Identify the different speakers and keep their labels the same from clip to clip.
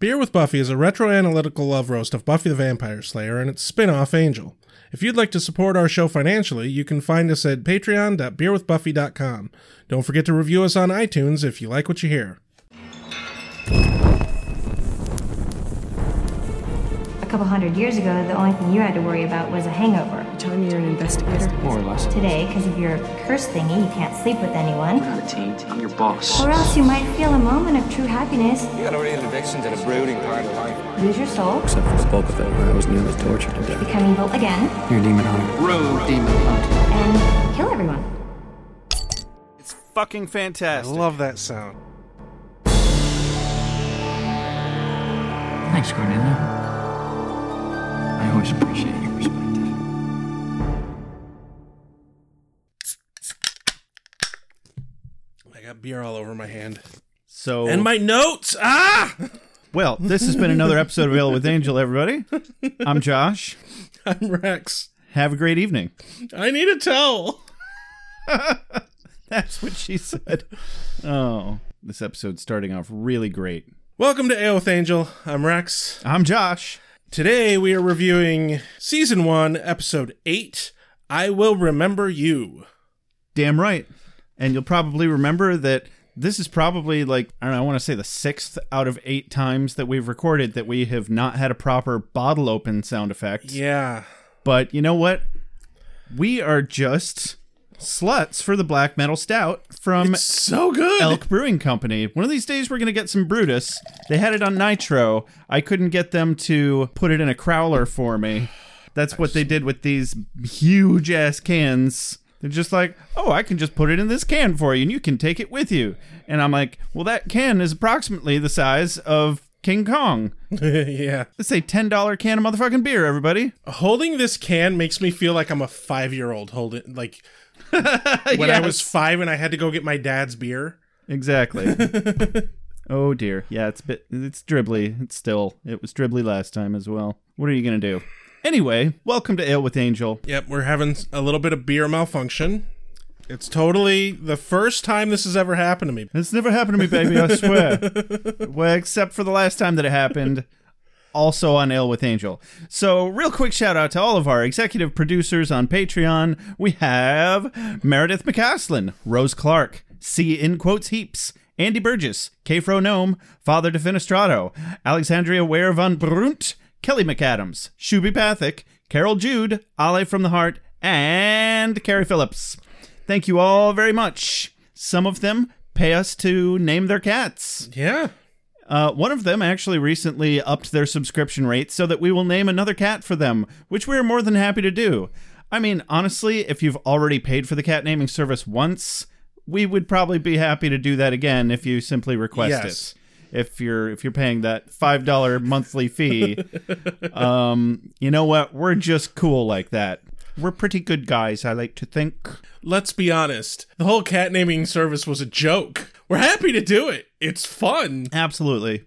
Speaker 1: Beer with Buffy is a retroanalytical love roast of Buffy the Vampire Slayer and its spin off Angel. If you'd like to support our show financially, you can find us at patreon.beerwithbuffy.com. Don't forget to review us on iTunes if you like what you hear.
Speaker 2: A couple hundred years ago, the only thing you had to worry about was a hangover.
Speaker 3: Tell me you're an investigator.
Speaker 4: More or less.
Speaker 2: Today, because of your curse thingy, you can't sleep with anyone.
Speaker 4: I'm the team. I'm your boss.
Speaker 2: Or else you might feel a moment of true happiness,
Speaker 5: You got a real addiction to the brooding part of life.
Speaker 2: lose your soul,
Speaker 6: Except for the bulk of it, where I was nearly tortured to death.
Speaker 2: become evil again,
Speaker 6: You're a demon hunter.
Speaker 4: Road demon hunter.
Speaker 2: and kill everyone.
Speaker 7: It's fucking
Speaker 1: I
Speaker 7: fantastic.
Speaker 1: love that sound.
Speaker 6: Thanks, Cornelia. I always appreciate your perspective.
Speaker 1: I got beer all over my hand.
Speaker 8: So
Speaker 1: And my notes! Ah!
Speaker 8: well, this has been another episode of Ale with Angel. Everybody, I'm Josh.
Speaker 1: I'm Rex.
Speaker 8: Have a great evening.
Speaker 1: I need a towel.
Speaker 8: That's what she said. Oh, this episode's starting off really great.
Speaker 1: Welcome to Ale with Angel. I'm Rex.
Speaker 8: I'm Josh.
Speaker 1: Today we are reviewing season one, episode eight. I will remember you.
Speaker 8: Damn right. And you'll probably remember that this is probably like, I don't know, I want to say the sixth out of eight times that we've recorded that we have not had a proper bottle open sound effect.
Speaker 1: Yeah,
Speaker 8: But you know what? We are just sluts for the black metal stout from
Speaker 1: it's so good.
Speaker 8: Elk Brewing Company. One of these days, we're going to get some Brutus. They had it on Nitro. I couldn't get them to put it in a crowler for me. That's what they did with these huge ass cans. They're just like, oh, I can just put it in this can for you and you can take it with you. And I'm like, well, that can is approximately the size of King Kong.
Speaker 1: yeah,
Speaker 8: Let's say $10 can of motherfucking beer, everybody.
Speaker 1: holding this can makes me feel like I'm a five year old holding like when I was
Speaker 8: Yes.
Speaker 1: five and I had to go get my dad's beer.
Speaker 8: Exactly. oh dear. Yeah, it's bit it's dribbly. It's still it was dribbly last time as well. What are you gonna do? Anyway, welcome to Ale with Angel.
Speaker 1: Yep, we're having a little bit of beer malfunction. It's totally the first time this has ever happened to me.
Speaker 8: This never happened to me, baby, I swear. well, except for the last time that it happened. Also on Ale with Angel. So, real quick shout out to all of our executive producers on Patreon. We have Meredith McCaslin, Rose Clark, C in quotes heaps, Andy Burgess, K. Fro Gnome, Father Defenestrato, Alexandria Ware von Brunt, Kelly McAdams, Shuby Pathick, Carol Jude, Ale from the Heart, and Carrie Phillips. Thank you all very much. Some of them pay us to name their cats.
Speaker 1: Yeah,
Speaker 8: Uh, one of them actually recently upped their subscription rate so that we will name another cat for them, which we are more than happy to do. I mean, honestly, if you've already paid for the cat naming service once, we would probably be happy to do that again if you simply request
Speaker 1: Yes.
Speaker 8: it. If you're if you're paying that five dollar monthly fee, um, you know what? We're just cool like that. We're pretty good guys, I like to think.
Speaker 1: let's be honest. The whole cat naming service was a joke. We're happy to do it. It's fun,
Speaker 8: Absolutely.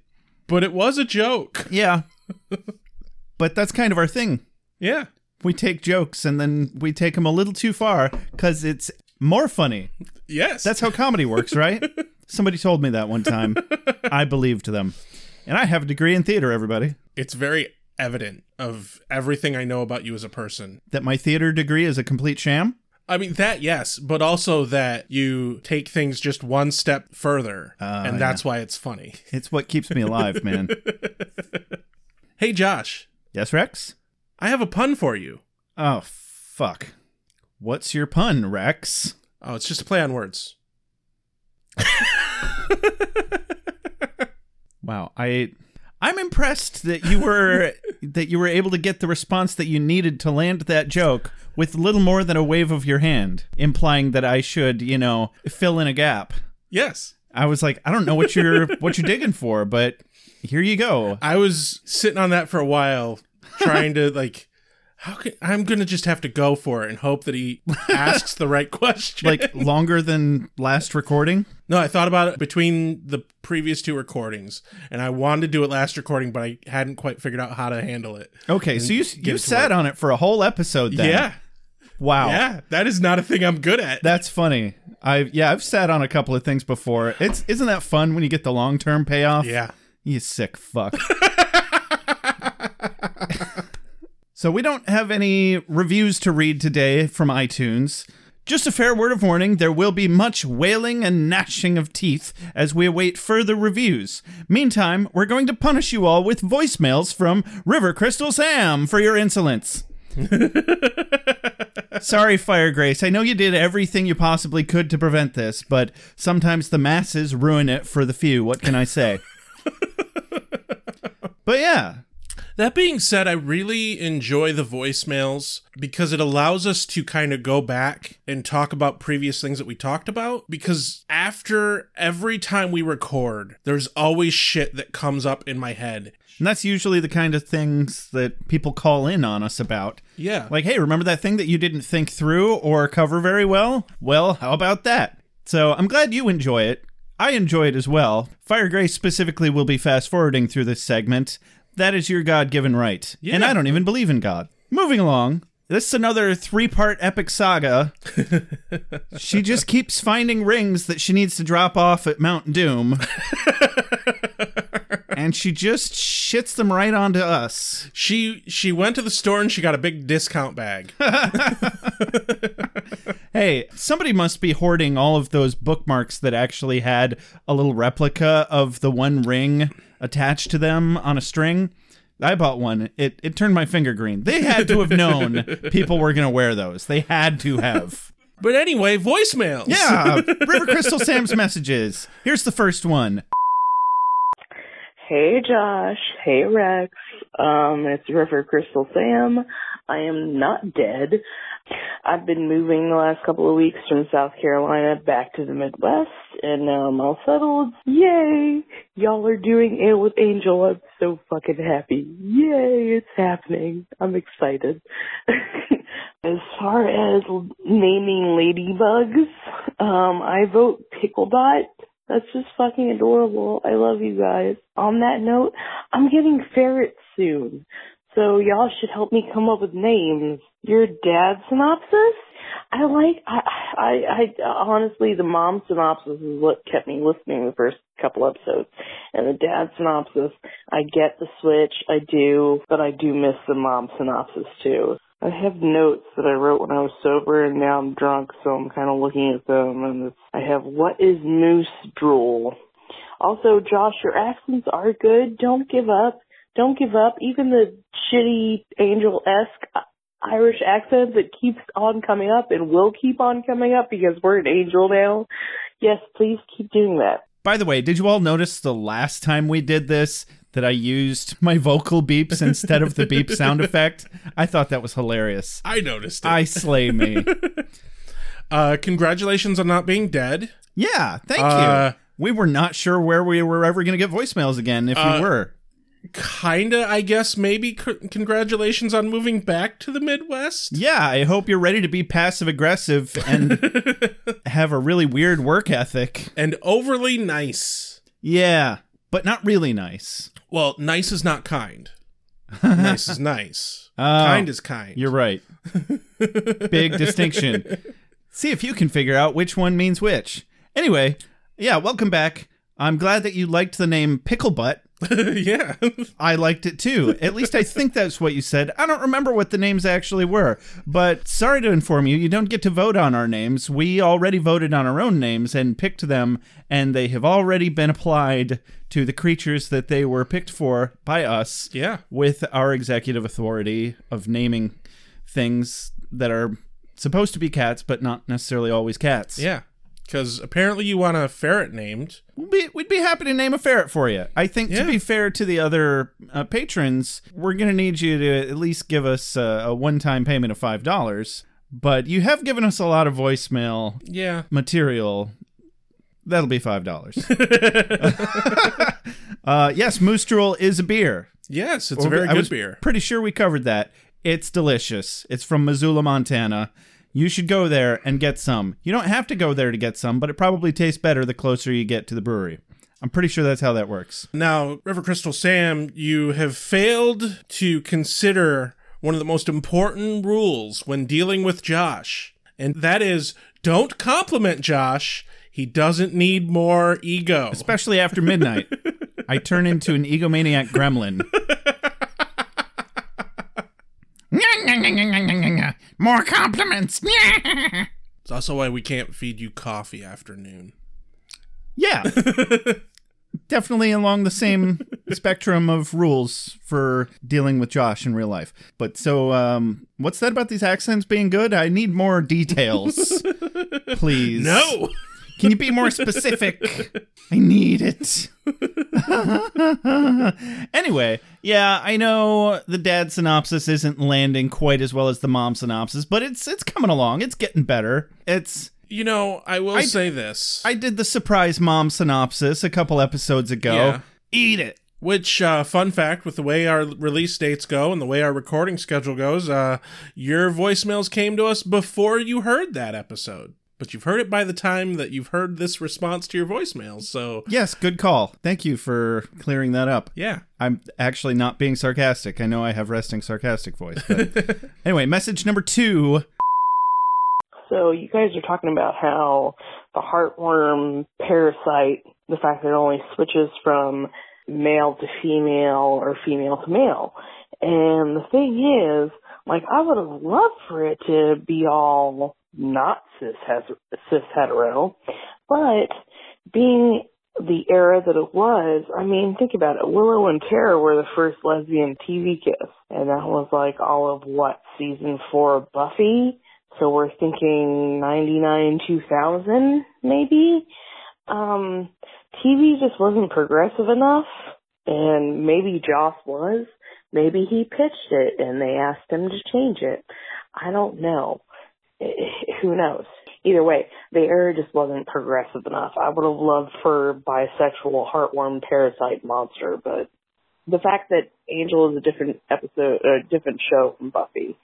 Speaker 1: but it was a joke.
Speaker 8: Yeah. but that's kind of our thing.
Speaker 1: Yeah.
Speaker 8: We take jokes and then we take them a little too far because it's more funny.
Speaker 1: Yes.
Speaker 8: That's how comedy works, right? Somebody told me that one time. I believed them. And I have a degree in theater, everybody.
Speaker 1: it's very evident of everything I know about you as a person.
Speaker 8: That my theater degree is a complete sham.
Speaker 1: I mean that yes, but also that you take things just one step further, and that's why it's funny.
Speaker 8: It's what keeps me alive, man.
Speaker 1: Hey Josh,
Speaker 8: yes, Rex?
Speaker 1: I have a pun for you.
Speaker 8: Oh, fuck. What's your pun, Rex?
Speaker 1: Oh, it's just a play on words.
Speaker 8: Wow, I I'm impressed that you were that you were able to get the response that you needed to land that joke with little more than a wave of your hand, implying that I should, you know, fill in a gap.
Speaker 1: Yes,
Speaker 8: I was like, I don't know what you're what you're digging for, but here you go.
Speaker 1: I was sitting on that for a while, trying to like, how can I'm gonna just have to go for it and hope that he asks the right question.
Speaker 8: Like longer than last recording.
Speaker 1: No, I thought about it between the previous two recordings, and I wanted to do it last recording, but I hadn't quite figured out how to handle it.
Speaker 8: Okay, so you
Speaker 1: get
Speaker 8: you
Speaker 1: it to
Speaker 8: sat
Speaker 1: work.
Speaker 8: on it for a whole episode then.
Speaker 1: Yeah,
Speaker 8: Wow.
Speaker 1: yeah, that is not a thing I'm good at.
Speaker 8: That's funny. I yeah, I've sat on a couple of things before. It's isn't that fun when you get the long term payoff?
Speaker 1: yeah,
Speaker 8: You sick fuck. so we don't have any reviews to read today from iTunes. Just a fair word of warning there will be much wailing and gnashing of teeth as we await further reviews. Meantime, we're going to punish you all with voicemails from River Crystal Sam for your insolence. Sorry, Fire Grace. I know you did everything you possibly could to prevent this, but sometimes the masses ruin it for the few. What can I say? but yeah,
Speaker 1: That being said, I really enjoy the voicemails because it allows us to kind of go back and talk about previous things that we talked about. Because after every time we record, there's always shit that comes up in my head.
Speaker 8: and that's usually the kind of things that people call in on us about.
Speaker 1: Yeah.
Speaker 8: Like, hey, remember that thing that you didn't think through or cover very well? Well, how about that? So I'm glad you enjoy it. I enjoy it as well. Fire Grace specifically will be fast forwarding through this segment. That is your God given right. And I don't even believe in God. Moving along. This is another three part epic saga. she just keeps finding rings that she needs to drop off at Mount Doom. and she just shits them right onto us.
Speaker 1: she she went to the store and she got a big discount bag.
Speaker 8: Hey, somebody must be hoarding all of those bookmarks that actually had a little replica of the one ring attached to them on a string. I bought one. It it turned my finger green. They had to have known people were going to wear those. They had to have.
Speaker 1: but anyway, voicemails.
Speaker 8: Yeah, River Crystal Sam's messages. Here's the first one.
Speaker 3: Hey Josh, hey Rex, um, it's River Crystal Sam. I am not dead. I've been moving the last couple of weeks from South Carolina back to the Midwest, and now I'm all settled. Yay! Y'all are doing it with Angel. I'm so fucking happy. Yay! It's happening. I'm excited. as far as l- naming ladybugs, um, I vote Picklebot. That's just fucking adorable. I love you guys. On that note, I'm getting ferrets soon. So y'all should help me come up with names. Your dad synopsis? I like, I, I, I, honestly, the mom synopsis is what kept me listening the first couple episodes. And the dad synopsis, I get the switch, I do, but I do miss the mom synopsis too. I have notes that I wrote when I was sober and now I'm drunk, so I'm kind of looking at them and it's, I have what is moose drool? Also, Josh, your accents are good. Don't give up. Don't give up. Even the shitty angel-esque uh, Irish accent that keeps on coming up and will keep on coming up because we're an angel now. Yes, please keep doing that.
Speaker 8: By the way, did you all notice the last time we did this that I used my vocal beeps instead of the beep sound effect? I thought that was hilarious.
Speaker 1: I noticed it.
Speaker 8: I slay me.
Speaker 1: uh, congratulations on not being dead.
Speaker 8: Yeah, thank
Speaker 1: Uh,
Speaker 8: you. We were not sure where we were ever going to get voicemails again if you were.
Speaker 1: Kinda, I guess, maybe c- congratulations on moving back to the Midwest.
Speaker 8: Yeah, I hope you're ready to be passive aggressive and have a really weird work ethic.
Speaker 1: And overly nice.
Speaker 8: Yeah, but not really nice.
Speaker 1: Well, nice is not kind. nice is nice. kind is kind.
Speaker 8: Oh, You're right. Big distinction. See if you can figure out which one means which. Anyway, yeah, welcome back. I'm glad that you liked the name Pickle Butt.
Speaker 1: yeah.
Speaker 8: I liked it too. At least I think that's what you said. I don't remember what the names actually were, but sorry to inform you, you don't get to vote on our names. We already voted on our own names and picked them, and they have already been applied to the creatures that they were picked for by us.
Speaker 1: Yeah.
Speaker 8: With our executive authority of naming things that are supposed to be cats, but not necessarily always cats.
Speaker 1: yeah. Because apparently you want a ferret named.
Speaker 8: We'd be, we'd be happy to name a ferret for you. I think
Speaker 1: Yeah.
Speaker 8: to be fair to the other uh, patrons, we're going to need you to at least give us uh, a one-time payment of five dollars. But you have given us a lot of voicemail
Speaker 1: Yeah.
Speaker 8: material. That'll be five dollars. uh, yes, Moose Drool is a beer.
Speaker 1: Yes, it's a
Speaker 8: Well,
Speaker 1: very
Speaker 8: I was
Speaker 1: good beer.
Speaker 8: Pretty sure we covered that. It's delicious. It's from Missoula, Montana. You should go there and get some. You don't have to go there to get some, but it probably tastes better the closer you get to the brewery. I'm pretty sure that's how that works.
Speaker 1: Now, River Crystal Sam, you have failed to consider one of the most important rules when dealing with Josh, and that is don't compliment Josh. He doesn't need more ego.
Speaker 8: Especially after midnight. I turn into an egomaniac gremlin. More compliments.
Speaker 1: It's also why we can't feed you coffee after noon.
Speaker 8: yeah. Definitely along the same spectrum of rules for dealing with Josh in real life. But so, um, what's that about these accents being good? I need more details, please.
Speaker 1: No.
Speaker 8: Can you be more specific? I need it. anyway, yeah, I know the dad synopsis isn't landing quite as well as the mom synopsis, but it's it's coming along. It's getting better. It's
Speaker 1: You know, I will
Speaker 8: I-
Speaker 1: say this,
Speaker 8: I did the surprise mom synopsis a couple episodes ago.
Speaker 1: Yeah.
Speaker 8: Eat it.
Speaker 1: which uh, fun fact with the way our release dates go and the way our recording schedule goes, uh, your voicemails came to us before you heard that episode. But you've heard it by the time that you've heard this response to your voicemails. So,
Speaker 8: Yes, good call. Thank you for clearing that up.
Speaker 1: yeah.
Speaker 8: I'm actually not being sarcastic. I know I have resting sarcastic voice. But anyway, message number two.
Speaker 3: So you guys are talking about how the heartworm parasite, the fact that it only switches from male to female or female to male. And the thing is, like I would have loved for it to be all not cis hes- cis hetero, but being the era that it was, I mean, think about it. Willow and Tara were the first lesbian TV kiss, and that was like all of what season four of Buffy. So we're thinking 99, 2000, maybe. Um, TV just wasn't progressive enough, and maybe Joss was. Maybe he pitched it and they asked him to change it. I don't know. Who knows? Either way, the era just wasn't progressive enough. I would have loved for bisexual heartworm parasite monster, but the fact that Angel is a different episode, a different show from Buffy,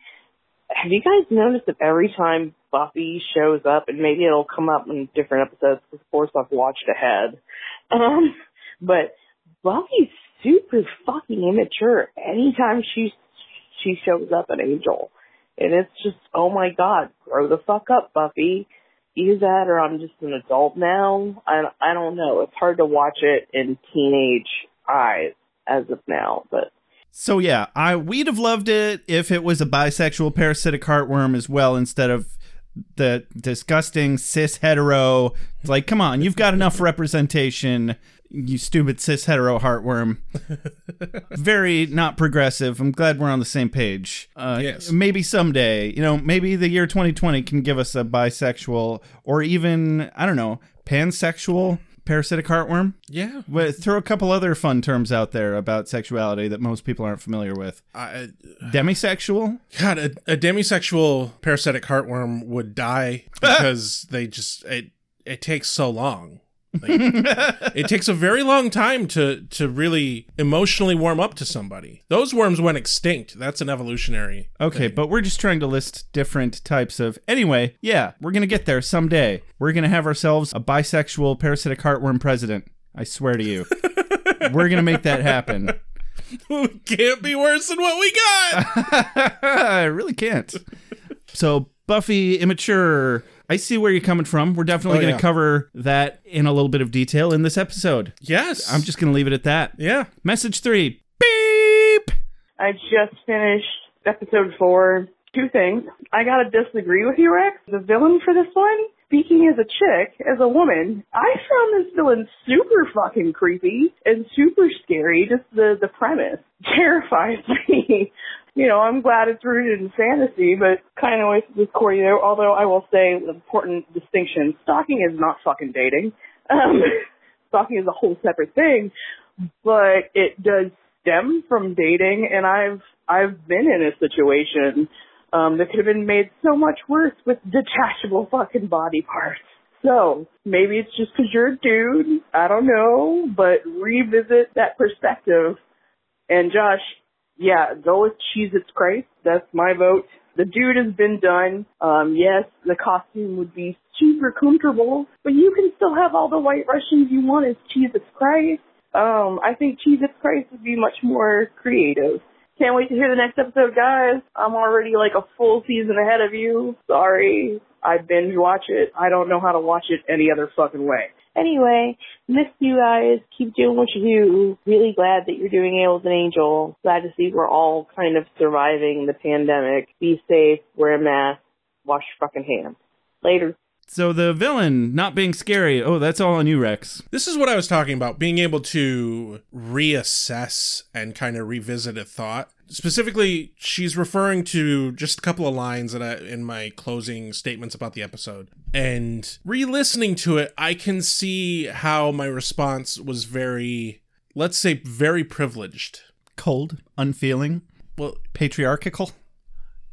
Speaker 3: have you guys noticed that every time Buffy shows up, and maybe it'll come up in different episodes, 'cause of course I've watched ahead, um, but Buffy's super fucking immature anytime she she shows up at Angel, and it's just oh my god, grow the fuck up, Buffy. Either that, or I'm just an adult now. I I don't know. It's hard to watch it in teenage eyes as of now, but
Speaker 8: So yeah, I we'd have loved it if it was a bisexual parasitic heartworm as well instead of the disgusting cis hetero. It's like, come on, you've got enough representation, you stupid cis hetero heartworm. Very not progressive. I'm glad we're on the same page. Uh,
Speaker 1: Yes.
Speaker 8: Maybe someday, you know, maybe the year 2020 can give us a bisexual or even I don't know pansexual parasitic heartworm.
Speaker 1: Yeah.
Speaker 8: Well, throw a couple other fun terms out there about sexuality that most people aren't familiar with.
Speaker 1: I,
Speaker 8: Demisexual?
Speaker 1: God, a, a demisexual parasitic heartworm would die because they just it it takes so long. Like, it takes a very long time to to really emotionally warm up to somebody. Those worms went extinct. That's an evolutionary.
Speaker 8: Okay,
Speaker 1: thing.
Speaker 8: but we're just trying to list different types of. Anyway, yeah, we're going to get there someday. We're going to have ourselves a bisexual parasitic heartworm president. I swear to you. we're going to make that happen.
Speaker 1: It can't be worse than what we got.
Speaker 8: I really can't. So Buffy immature. I see where you're coming from. We're definitely
Speaker 1: Oh,
Speaker 8: going to
Speaker 1: yeah.
Speaker 8: cover that in a little bit of detail in this episode.
Speaker 1: yes,
Speaker 8: I'm just going to leave it at that.
Speaker 1: yeah.
Speaker 8: Message three. Beep.
Speaker 3: I just finished episode four. Two things. I gotta disagree with you, Rex. The villain for this one, speaking as a chick, as a woman, I found this villain super fucking creepy and super scary. Just the, the premise terrifies me. you know, I'm glad it's rooted in fantasy, but kind of wasted this core, you know, although I will say an important distinction. Stalking is not fucking dating. Um, stalking is a whole separate thing but it does stem from dating and I've I've been in a situation um that could have been made so much worse with detachable fucking body parts. So maybe it's just because you're a dude, I don't know, but revisit that perspective. And Josh, yeah, go with Cheez Its Christ. That's my vote. The dude has been done. Um, yes, the costume would be super comfortable, but you can still have all the white Russians you want as Cheez Its Christ. Um, I think Cheez Its Christ would be much more creative. Can't wait to hear the next episode, guys. I'm already like a full season ahead of you. Sorry. I binge watch it. I don't know how to watch it any other fucking way. Anyway, miss you guys. Keep doing what you do. Really glad that you're doing Ales and Angel. Glad to see we're all kind of surviving the pandemic. Be safe, wear a mask, wash your fucking hands. Later.
Speaker 8: So the villain not being scary. Oh, that's all on you, Rex.
Speaker 1: This is what I was talking about being able to reassess and kind of revisit a thought. Specifically, she's referring to just a couple of lines that I, in my closing statements about the episode. And re listening to it, I can see how my response was very, let's say, very privileged.
Speaker 8: Cold, unfeeling,
Speaker 1: Well,
Speaker 8: patriarchal.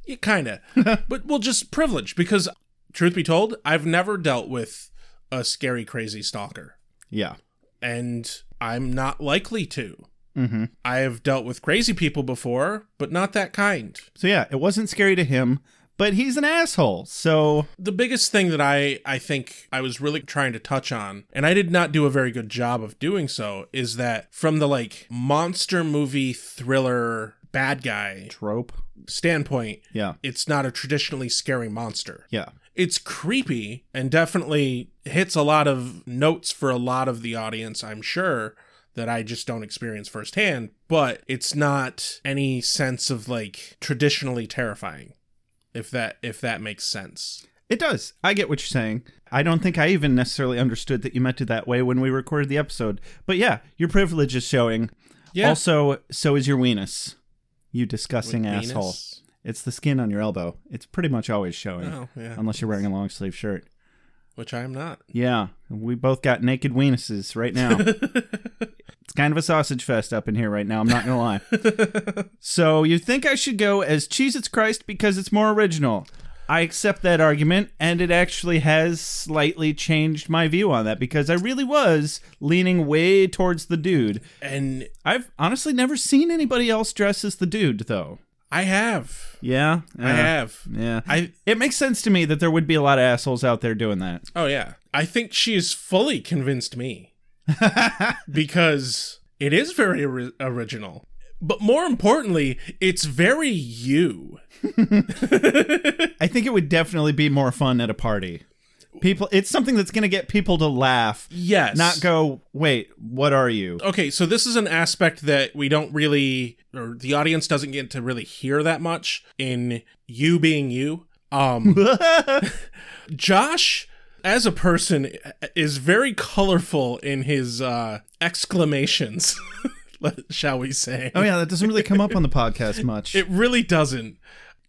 Speaker 1: yeah, kind of. but, well, just privileged because, truth be told, I've never dealt with a scary, crazy stalker.
Speaker 8: Yeah.
Speaker 1: and I'm not likely to.
Speaker 8: Mm-hmm.
Speaker 1: I have dealt with crazy people before, but not that kind.
Speaker 8: So yeah, it wasn't scary to him, but he's an asshole. So
Speaker 1: The biggest thing that I, I think I was really trying to touch on, and I did not do a very good job of doing so, is that from the like monster movie thriller bad guy
Speaker 8: trope.
Speaker 1: standpoint,
Speaker 8: Yeah.
Speaker 1: it's not a traditionally scary monster.
Speaker 8: Yeah.
Speaker 1: It's creepy and definitely hits a lot of notes for a lot of the audience, I'm sure, that I just don't experience firsthand, but it's not any sense of like traditionally terrifying. If that if that makes sense.
Speaker 8: It does. I get what you're saying. I don't think I even necessarily understood that you meant it that way when we recorded the episode. But yeah, your privilege is showing.
Speaker 1: Yeah.
Speaker 8: Also, so is your weenus. You disgusting
Speaker 1: Venus.
Speaker 8: asshole. It's the skin on your elbow. It's pretty much always showing.
Speaker 1: Oh, yeah.
Speaker 8: Unless you're wearing a long sleeve shirt.
Speaker 1: Which I am not.
Speaker 8: Yeah. We both got naked weenuses right now. it's kind of a sausage fest up in here right now. I'm not going to lie. so you think I should go as Cheez It's Christ because it's more original. I accept that argument, and it actually has slightly changed my view on that because I really was leaning way towards the dude.
Speaker 1: And
Speaker 8: I've honestly never seen anybody else dress as the dude, though.
Speaker 1: I have.
Speaker 8: Yeah.
Speaker 1: I
Speaker 8: Yeah.
Speaker 1: have.
Speaker 8: Yeah.
Speaker 1: I
Speaker 8: It makes sense to me that there would be a lot of assholes out there doing that.
Speaker 1: Oh yeah. I think she has fully convinced me because it is very ori- original. But more importantly, it's very you.
Speaker 8: I think it would definitely be more fun at a party. People, it's something that's going to get people to laugh,
Speaker 1: Yes.
Speaker 8: not go, wait, what are you?
Speaker 1: Okay, so this is an aspect that we don't really or the audience doesn't get to really hear that much in you being you. Um Josh as a person is very colorful in his uh exclamations, let- shall we say.
Speaker 8: Oh, yeah, that doesn't really come up on the podcast much.
Speaker 1: It really doesn't.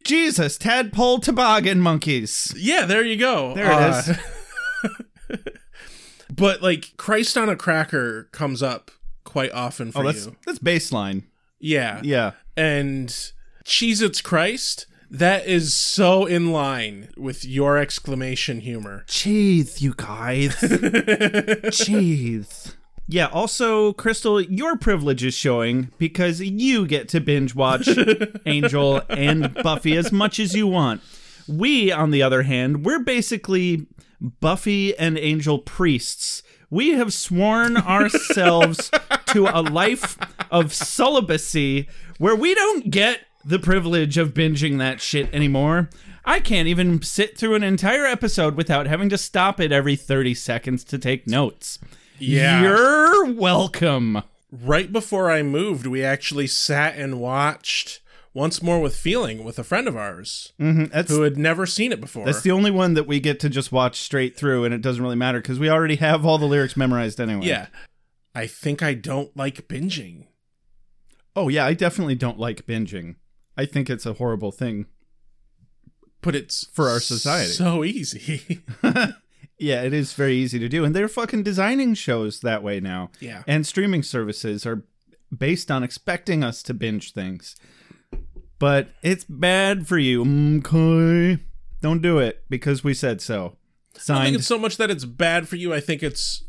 Speaker 8: Jesus, tadpole toboggan monkeys.
Speaker 1: Yeah, there you go.
Speaker 8: There it
Speaker 1: Uh,
Speaker 8: is.
Speaker 1: But like Christ on a cracker comes up quite often for
Speaker 8: Oh, that's,
Speaker 1: you.
Speaker 8: that's baseline.
Speaker 1: Yeah.
Speaker 8: Yeah.
Speaker 1: And Cheez It's Christ, that is so in line with your exclamation humor.
Speaker 8: Cheese, you guys. Cheese. Yeah, also, Crystal, your privilege is showing because you get to binge watch Angel and Buffy as much as you want. We, on the other hand, we're basically Buffy and Angel priests. We have sworn ourselves to a life of celibacy where we don't get the privilege of binging that shit anymore. I can't even sit through an entire episode without having to stop it every 30 seconds to take notes.
Speaker 1: Yeah.
Speaker 8: You're welcome.
Speaker 1: Right before I moved, we actually sat and watched Once More with Feeling with a friend of ours
Speaker 8: Mm-hmm. That's
Speaker 1: who had never seen it before.
Speaker 8: That's the only one that we get to just watch straight through, and it doesn't really matter because we already have all the lyrics memorized anyway.
Speaker 1: yeah. I think I don't like binging.
Speaker 8: Oh, yeah, I definitely don't like binging. I think it's a horrible thing.
Speaker 1: But it's
Speaker 8: For our society.
Speaker 1: So easy.
Speaker 8: Yeah, it is very easy to do. And they're fucking designing shows that way now.
Speaker 1: Yeah.
Speaker 8: And streaming services are based on expecting us to binge things. But it's bad for you. Okay. Don't do it because we said so.
Speaker 1: I don't think
Speaker 8: Signed.
Speaker 1: it's so much that it's bad for you. I think it's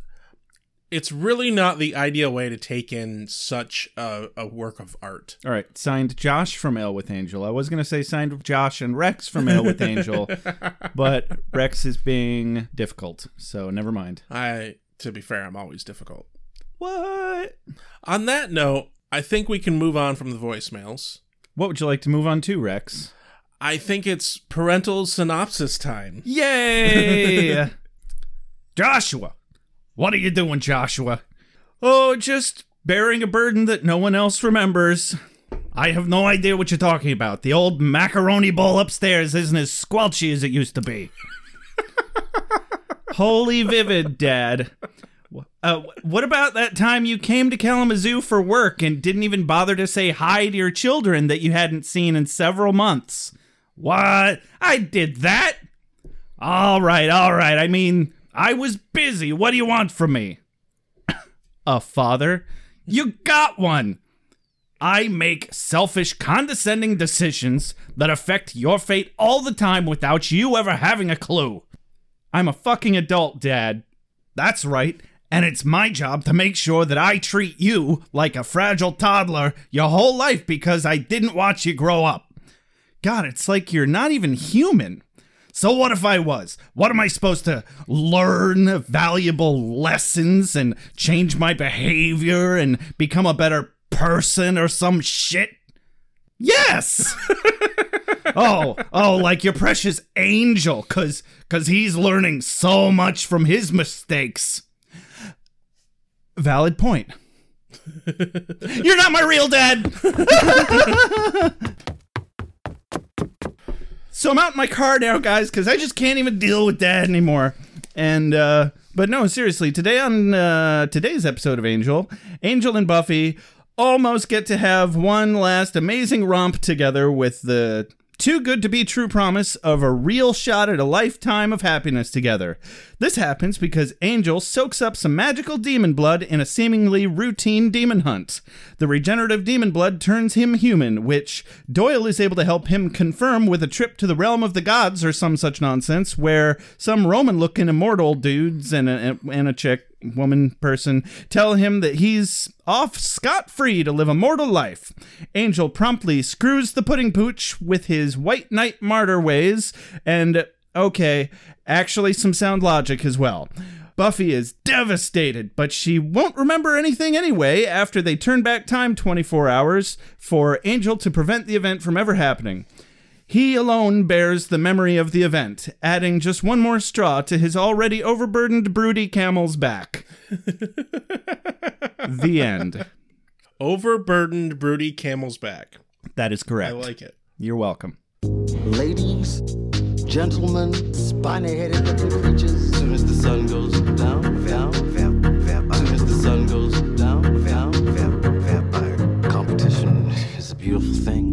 Speaker 1: it's really not the ideal way to take in such a, a work of art.
Speaker 8: All right, signed Josh from Ale with Angel. I was going to say signed Josh and Rex from Ale with Angel, but Rex is being difficult, so never mind.
Speaker 1: I, to be fair, I'm always difficult.
Speaker 8: What?
Speaker 1: On that note, I think we can move on from the voicemails.
Speaker 8: What would you like to move on to, Rex?
Speaker 1: I think it's parental synopsis time.
Speaker 8: Yay! Joshua, What are you doing, Joshua? Oh, just bearing a burden that no one else remembers. I have no idea what you're talking about. The old macaroni bowl upstairs isn't as squelchy as it used to be. Holy vivid, Dad. Uh, what about that time you came to Kalamazoo for work and didn't even bother to say hi to your children that you hadn't seen in several months? What? I did that? All right, all right. I mean, I was busy. What do you want from me? A father? You got one. I make selfish, condescending decisions that affect your fate all the time without you ever having a clue. I'm a fucking adult, Dad. That's right. And it's my job to make sure that I treat you like a fragile toddler your whole life because I didn't watch you grow up. God, it's like you're not even human. So, what if I was? What am I supposed to learn valuable lessons and change my behavior and become a better person or some shit? Yes! oh, oh, like your precious angel, cause, cause he's learning so much from his mistakes. Valid point. You're not my real dad. so I'm out in my car now, guys, because I just can't even deal with dad anymore. And uh, but no, seriously, today on uh, today's episode of Angel, Angel and Buffy almost get to have one last amazing romp together with the too good to be true promise of a real shot at a lifetime of happiness together. This happens because Angel soaks up some magical demon blood in a seemingly routine demon hunt. The regenerative demon blood turns him human, which Doyle is able to help him confirm with a trip to the realm of the gods or some such nonsense, where some Roman looking immortal dudes and a, and a chick woman person tell him that he's off scot free to live a mortal life. Angel promptly screws the pudding pooch with his white knight martyr ways, and okay, actually, some sound logic as well. Buffy is devastated, but she won't remember anything anyway after they turn back time 24 hours for Angel to prevent the event from ever happening. He alone bears the memory of the event, adding just one more straw to his already overburdened broody camel's back. the end.
Speaker 1: Overburdened broody camel's back.
Speaker 8: That is
Speaker 1: I
Speaker 8: correct.
Speaker 1: like it.
Speaker 8: You're welcome.
Speaker 9: Ladies, gentlemen, spiny headed looking creatures. Soon as the sun goes down, down, down, vampire. Soon as the sun goes down, down, down, vampire. Competition is a beautiful thing.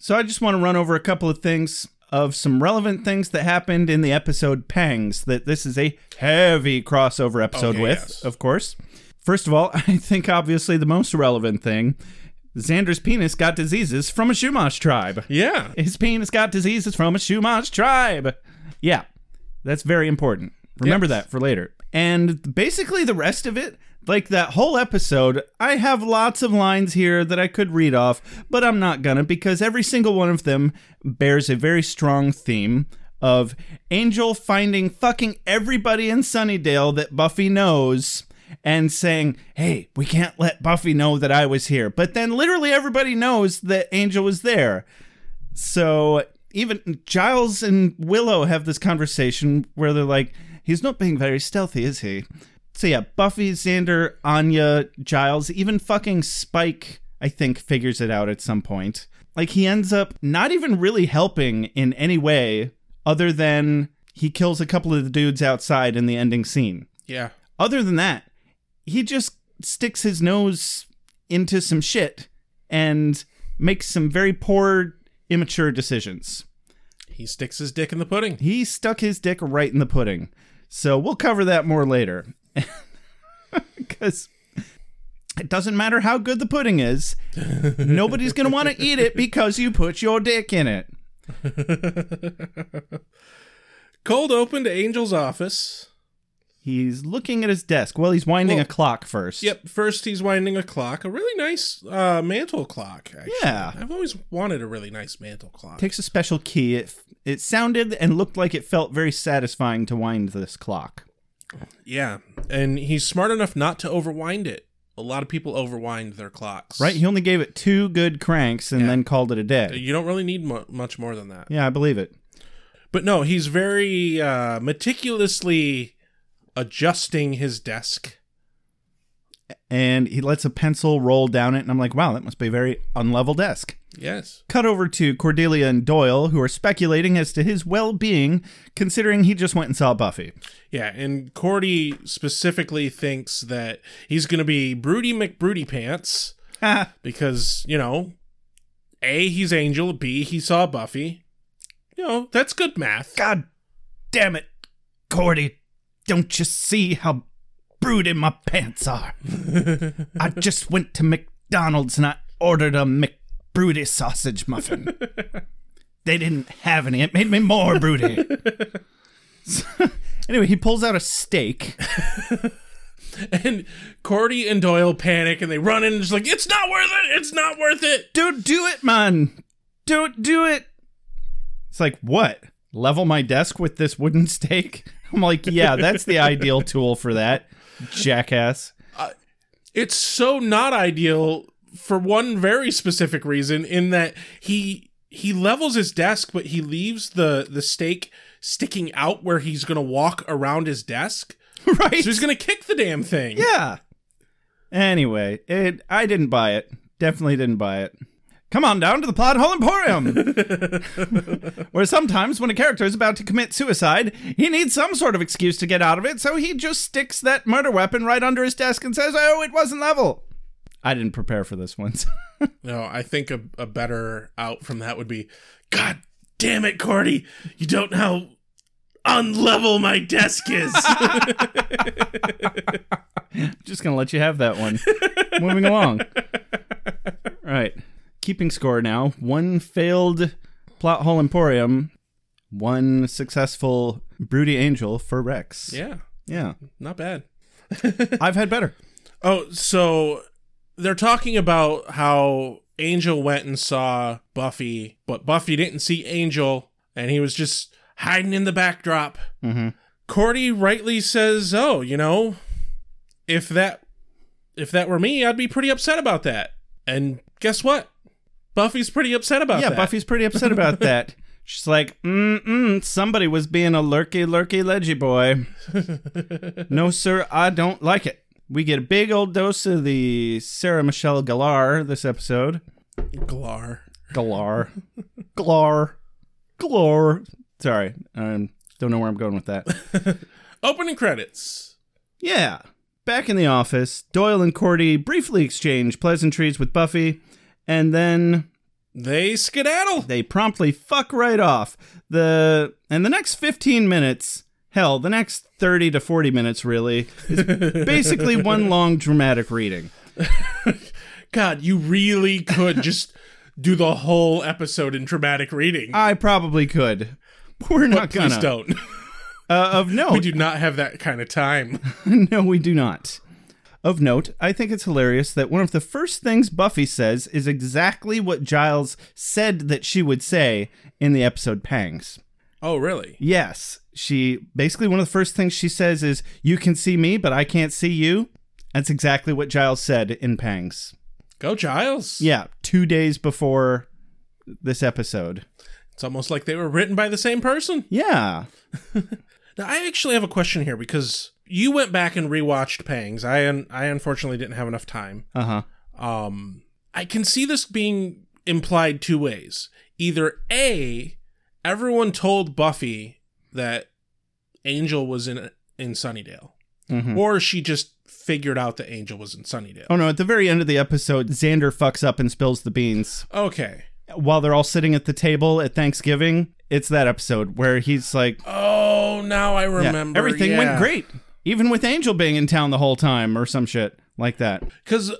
Speaker 8: So I just want to run over a couple of things of some relevant things that happened in the episode Pangs that this is a heavy crossover episode
Speaker 1: Okay,
Speaker 8: with,
Speaker 1: yes.
Speaker 8: of course. First of all, I think obviously the most relevant thing Xander's penis got diseases from a Shumash tribe.
Speaker 1: Yeah.
Speaker 8: His penis got diseases from a Shumash tribe. Yeah, that's very important. Remember
Speaker 1: Yes.
Speaker 8: that for later. And basically, the rest of it, like that whole episode, I have lots of lines here that I could read off, but I'm not gonna because every single one of them bears a very strong theme of Angel finding fucking everybody in Sunnydale that Buffy knows and saying, "Hey, we can't let Buffy know that I was here." But then literally everybody knows that Angel was there. So even Giles and Willow have this conversation where they're like, "He's not being very stealthy, is he?" So yeah, Buffy, Xander, Anya, Giles, even fucking Spike, I think figures it out at some point. Like he ends up not even really helping in any way other than he kills a couple of the dudes outside in the ending scene
Speaker 1: Yeah.
Speaker 8: other than that, he just sticks his nose into some shit and makes some very poor, immature decisions.
Speaker 1: He sticks his dick in the pudding.
Speaker 8: He stuck his dick right in the pudding. So we'll cover that more later. Because it doesn't matter how good the pudding is, nobody's going to want to eat it because you put your dick in it.
Speaker 1: Cold open to Angel's office.
Speaker 8: He's looking at his desk. Well, he's winding
Speaker 1: Well-
Speaker 8: a clock first.
Speaker 1: Yep. First, he's winding a clock, a really nice uh, mantle clock. Actually.
Speaker 8: Yeah.
Speaker 1: I've always wanted a really nice mantle clock.
Speaker 8: takes a special key. It, it sounded and looked like it felt very satisfying to wind this clock.
Speaker 1: yeah, and he's smart enough not to overwind it. A lot of people overwind their clocks, Uh,
Speaker 8: Right? He only gave it two good cranks and then called it a day.
Speaker 1: You don't really need mu- much more than that.
Speaker 8: Yeah, I believe it.
Speaker 1: But no, he's very uh, meticulously adjusting his desk.
Speaker 8: and he lets a pencil roll down it, and I'm like, wow, that must be a very unlevel desk.
Speaker 1: Yes.
Speaker 8: Cut over to Cordelia and Doyle, who are speculating as to his well being, considering he just went and saw Buffy.
Speaker 1: Yeah, and Cordy specifically thinks that he's going to be Broody McBroody Pants because, you know, A, he's Angel, B, he saw Buffy. You know, that's good math.
Speaker 8: God damn it, Cordy. Don't you see how brooded my pants are? I just went to McDonald's and I ordered a McBroody sausage muffin. they didn't have any. It made me more broody. So- anyway, he pulls out a steak.
Speaker 1: And Cordy and Doyle panic and they run in and just like, it's not worth it. It's not worth it.
Speaker 8: Don't do it, man. Don't do it. It's like, what? Level my desk with this wooden stake? I'm like, yeah, that's the ideal tool for that, jackass.
Speaker 1: It's so not ideal for one very specific reason in that he he levels his desk but he leaves the the stake sticking out where he's going to walk around his desk.
Speaker 8: right?
Speaker 1: So he's going to kick the damn thing.
Speaker 8: yeah. Anyway, it, I didn't buy it. Definitely didn't buy it. Come on down to the Plot Hole Emporium, where sometimes when a character is about to commit suicide, he needs some sort of excuse to get out of it, so he just sticks that murder weapon right under his desk and says, "Oh, it wasn't level." I didn't prepare for this one.
Speaker 1: No, I think a, a better out from that would be God damn it, Cordy. You don't know how unlevel my desk is.
Speaker 8: Just gonna let you have that one. Moving along. Right. Keeping score now. One failed plot hole emporium. One successful broody angel for Rex.
Speaker 1: yeah,
Speaker 8: Yeah.
Speaker 1: not bad.
Speaker 8: I've had better.
Speaker 1: Oh, so they're talking about how Angel went and saw Buffy, but Buffy didn't see Angel, and he was just hiding in the backdrop. Mm-hmm. Cordy rightly says, "Oh, you know, if that if that were me, I'd be pretty upset about that." And guess what? Buffy's pretty upset about
Speaker 8: yeah,
Speaker 1: that.
Speaker 8: Buffy's pretty upset about that. She's like, mm mm, somebody was being a lurky, lurky, ledgy boy. no, sir, I don't like it. We get a big old dose of the Sarah Michelle Gellar this episode.
Speaker 1: Glar.
Speaker 8: Galar. Glar. Glor. Sorry. I don't know where I'm going with that.
Speaker 1: Opening credits.
Speaker 8: Yeah. Back in the office, Doyle and Cordy briefly exchange pleasantries with Buffy, and then
Speaker 1: They skedaddle.
Speaker 8: they promptly fuck right off. The and the next 15 minutes, hell, the next 30 to 40 minutes really, is basically one long dramatic reading.
Speaker 1: God, you really could just do the whole episode in dramatic reading.
Speaker 8: I probably could. but We're not gonna.
Speaker 1: Please don't.
Speaker 8: Uh, of no,
Speaker 1: We do not have that kind of time.
Speaker 8: no, we do not. Of note, I think it's hilarious that one of the first things Buffy says is exactly what Giles said that she would say in the episode Pangs.
Speaker 1: Oh, really?
Speaker 8: Yes, she basically one of the first things she says is, You can see me, but I can't see you. That's exactly what Giles said in Pangs.
Speaker 1: Go, Giles.
Speaker 8: Yeah, two days before this episode.
Speaker 1: It's almost like they were written by the same person.
Speaker 8: Yeah.
Speaker 1: Now, I actually have a question here because you went back and rewatched Pangs. I un- I unfortunately didn't have enough time.
Speaker 8: Uh huh.
Speaker 1: Um, I can see this being implied two ways. Either A, everyone told Buffy that Angel was in in Sunnydale, or she just figured out that Angel was in Sunnydale.
Speaker 8: Oh no, at the very end of the episode, Xander fucks up and spills the beans.
Speaker 1: Okay.
Speaker 8: while they're all sitting at the table at Thanksgiving. It's that episode where he's like,
Speaker 1: Oh, now I
Speaker 8: yeah,
Speaker 1: remember.
Speaker 8: everything
Speaker 1: yeah.
Speaker 8: went great, even with Angel being in town the whole time or some shit like that.
Speaker 1: because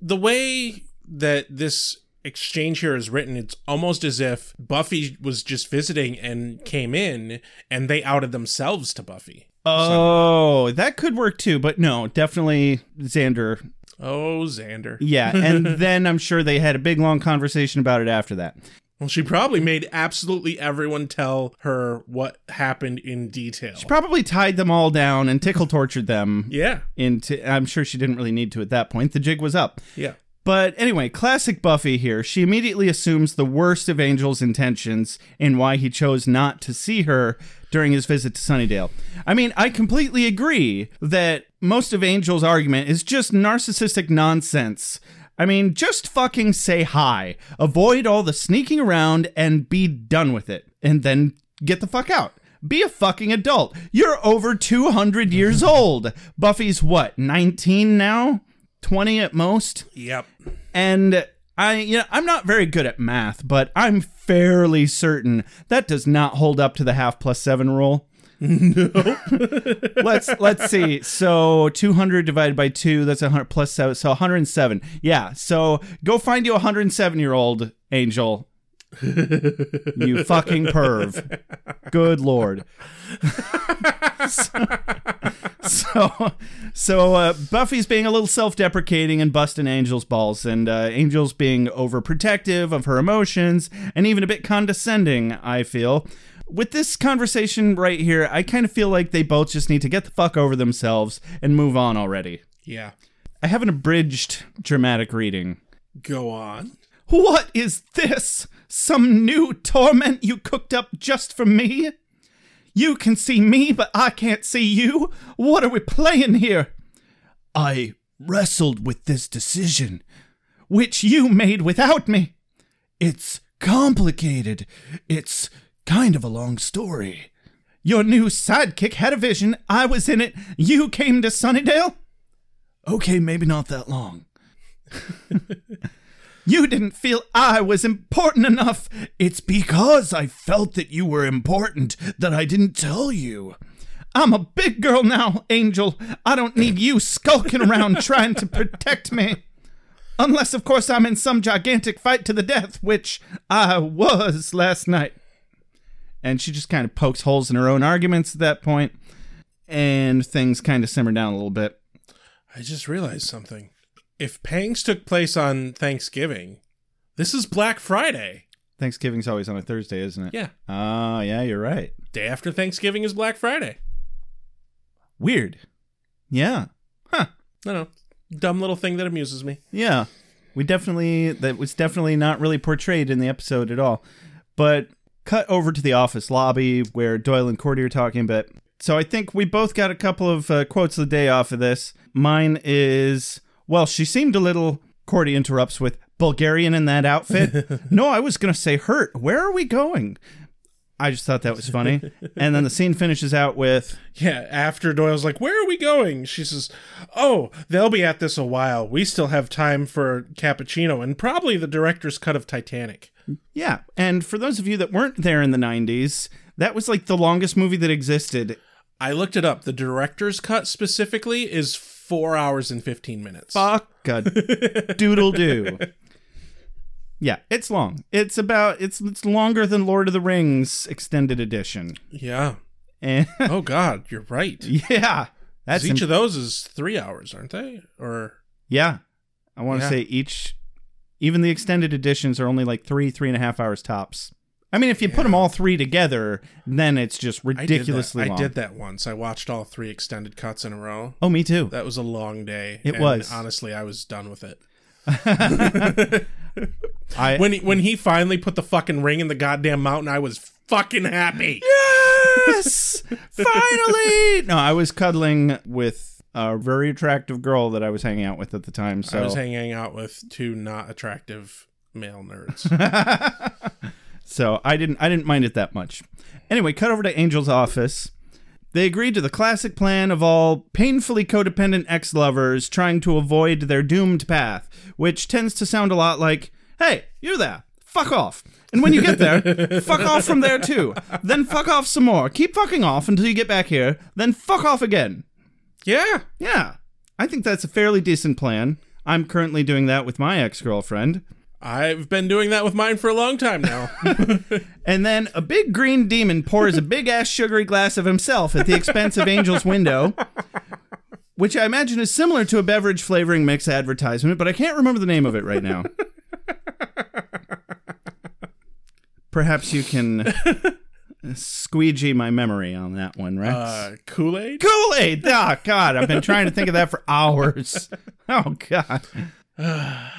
Speaker 1: the way that this exchange here is written it's almost as if buffy was just visiting and came in and they outed themselves to buffy
Speaker 8: Oh, that could work too, but no, definitely Xander.
Speaker 1: oh xander
Speaker 8: Yeah, and then I'm sure they had a big long conversation about it after that.
Speaker 1: well she probably made absolutely everyone tell her what happened in detail
Speaker 8: Probably tied them all down and tickle tortured them
Speaker 1: yeah
Speaker 8: into. I'm sure she didn't really need to at that point. The jig was up.
Speaker 1: yeah
Speaker 8: But anyway, classic Buffy here. She immediately assumes the worst of Angel's intentions and why he chose not to see her during his visit to Sunnydale. I mean, I completely agree that most of Angel's argument is just narcissistic nonsense. I mean, just fucking say hi, avoid all the sneaking around, and be done with it. And then get the fuck out. Be a fucking adult. You're over 200 years old. Buffy's what, 19 now? 20 at most?
Speaker 1: Yep.
Speaker 8: And I, you know, I'm not very good at math, but I'm fairly certain that does not hold up to the half plus seven rule. No. let's let's see. So 200 divided by two, that's 100 plus seven, so 107. Yeah. So go find you a 107 year old angel. you fucking perv. Good lord. so so uh, buffy's being a little self-deprecating and busting angel's balls and uh, angel's being overprotective of her emotions and even a bit condescending i feel with this conversation right here i kind of feel like they both just need to get the fuck over themselves and move on already
Speaker 1: Yeah.
Speaker 8: i have an abridged dramatic reading
Speaker 1: Go on.
Speaker 8: what is this? Some new torment you cooked up just for me? You can see me, but I can't see you? What are we playing here? I wrestled with this decision, which you made without me. It's complicated. It's kind of a long story. Your new sidekick had a vision. I was in it. You came to Sunnydale? Okay, maybe not that long. You didn't feel I was important enough. It's because I felt that you were important that I didn't tell you. I'm a big girl now, Angel. I don't need you skulking around trying to protect me. Unless, of course, I'm in some gigantic fight to the death, which I was last night. And she just kind of pokes holes in her own arguments at that point, and things kind of simmer down a little bit.
Speaker 1: I just realized something. If Pangs took place on Thanksgiving, this is Black Friday.
Speaker 8: Thanksgiving's always on a Thursday, isn't it?
Speaker 1: Yeah.
Speaker 8: Ah, yeah, you're right.
Speaker 1: Day after Thanksgiving is Black Friday.
Speaker 8: Weird. Yeah. Huh.
Speaker 1: No, no. Dumb little thing that amuses me.
Speaker 8: Yeah. We definitely that was definitely not really portrayed in the episode at all. But cut over to the office lobby where Doyle and Cordy are talking But So I think we both got a couple of uh, quotes of the day off of this. Mine is well, she seemed a little Cordy interrupts with Bulgarian in that outfit. no, I was going to say hurt. Where are we going? I just thought that was funny. and then the scene finishes out with
Speaker 1: Yeah, after Doyle's like, Where are we going? She says, Oh, they'll be at this a while. We still have time for cappuccino and probably the director's cut of Titanic.
Speaker 8: Yeah, and for those of you that weren't there in the 90s, that was like the longest movie that existed.
Speaker 1: I looked it up. The director's cut specifically is four hours and 15 minutes.
Speaker 8: Fuck a doodle doo. Yeah, it's long. It's about it's it's longer than Lord of the Rings extended edition.
Speaker 1: Yeah.
Speaker 8: And
Speaker 1: Oh, God. You're right. 'Cause
Speaker 8: yeah, that's
Speaker 1: each
Speaker 8: im-
Speaker 1: of those is three hours, aren't they? Or.
Speaker 8: yeah. I want to
Speaker 1: Yeah.
Speaker 8: say each, even the extended editions are only like three three and a half hours tops. I mean, if you put 'em put them all three together, then it's just
Speaker 1: I did that-
Speaker 8: ridiculously
Speaker 1: I did that,
Speaker 8: long.
Speaker 1: once. I watched all three extended cuts in a row.
Speaker 8: Oh, me too.
Speaker 1: That was a long day.
Speaker 8: It
Speaker 1: and
Speaker 8: was.
Speaker 1: Honestly, I was done with it.
Speaker 8: I,
Speaker 1: When he, when he finally put the fucking ring in the goddamn mountain, I was fucking happy.
Speaker 8: yes, finally. No, I was cuddling with a very attractive girl that I was hanging out with at the time. So
Speaker 1: I was hanging out with two not attractive male nerds.
Speaker 8: So I didn't I didn't mind it that much. Anyway, cut over to Angel's office. They agreed to the classic plan of all painfully codependent ex-lovers trying to avoid their doomed path, which tends to sound a lot like, "Hey, you there. Fuck off." And when you get there, fuck off from there too. Then fuck off some more. Keep fucking off until you get back here, then fuck off again.
Speaker 1: yeah.
Speaker 8: Yeah. I think that's a fairly decent plan. I'm currently doing that with my ex-girlfriend.
Speaker 1: I've been doing that with mine for a long time now.
Speaker 8: And then a big green demon pours a big ass sugary glass of himself at the expense of Angel's window, which I imagine is similar to a beverage flavoring mix advertisement, but I can't remember the name of it right now. Perhaps you can squeegee my memory on that one, Rex.
Speaker 1: uh, Kool Aid?
Speaker 8: Kool Aid! Oh, God, I've been trying to think of that for hours. Oh, God.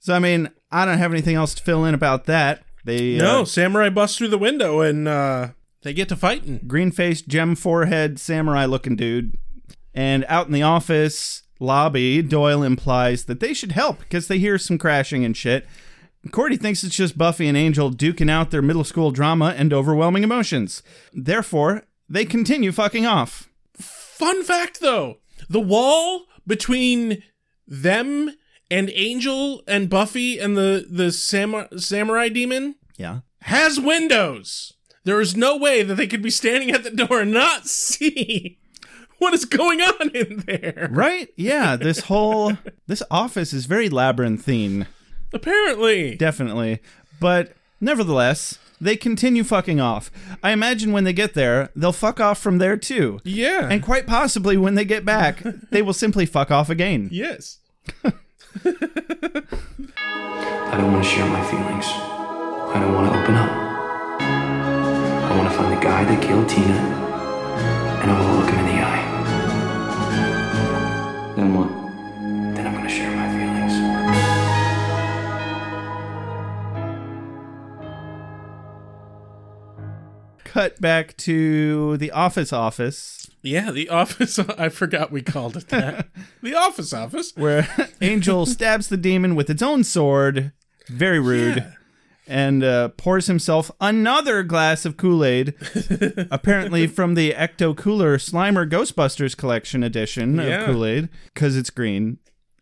Speaker 8: So I mean, I don't have anything else to fill in about that. They uh,
Speaker 1: No, samurai busts through the window and uh, they get to fighting.
Speaker 8: green faced, gem forehead, samurai looking dude. And out in the office lobby, Doyle implies that they should help because they hear some crashing and shit. Cordy thinks it's just Buffy and Angel duking out their middle school drama and overwhelming emotions. Therefore, they continue fucking off.
Speaker 1: Fun fact though, the wall between them and Angel and Buffy and the the samurai, samurai demon
Speaker 8: Yeah.
Speaker 1: has windows. There is no way that they could be standing at the door and not see what is going on in there.
Speaker 8: Right? Yeah. This whole this office is very labyrinthine.
Speaker 1: Apparently.
Speaker 8: Definitely. But nevertheless, they continue fucking off. I imagine when they get there, they'll fuck off from there too.
Speaker 1: Yeah.
Speaker 8: And quite possibly when they get back, they will simply fuck off again.
Speaker 1: yes.
Speaker 6: I don't want to share my feelings. I don't want to open up. I want to find the guy that killed Tina, and I want to look him in the eye.
Speaker 4: Then what?
Speaker 6: Then I'm going to share my feelings.
Speaker 8: Cut back to the office office
Speaker 1: Yeah, the office. I forgot we called it that. the office office.
Speaker 8: where Angel stabs the demon with its own sword. Very rude. And uh, pours himself another glass of Kool Aid, apparently from the Ecto Cooler Slimer Ghostbusters Collection edition
Speaker 1: Yeah.
Speaker 8: of Kool Aid, because it's green.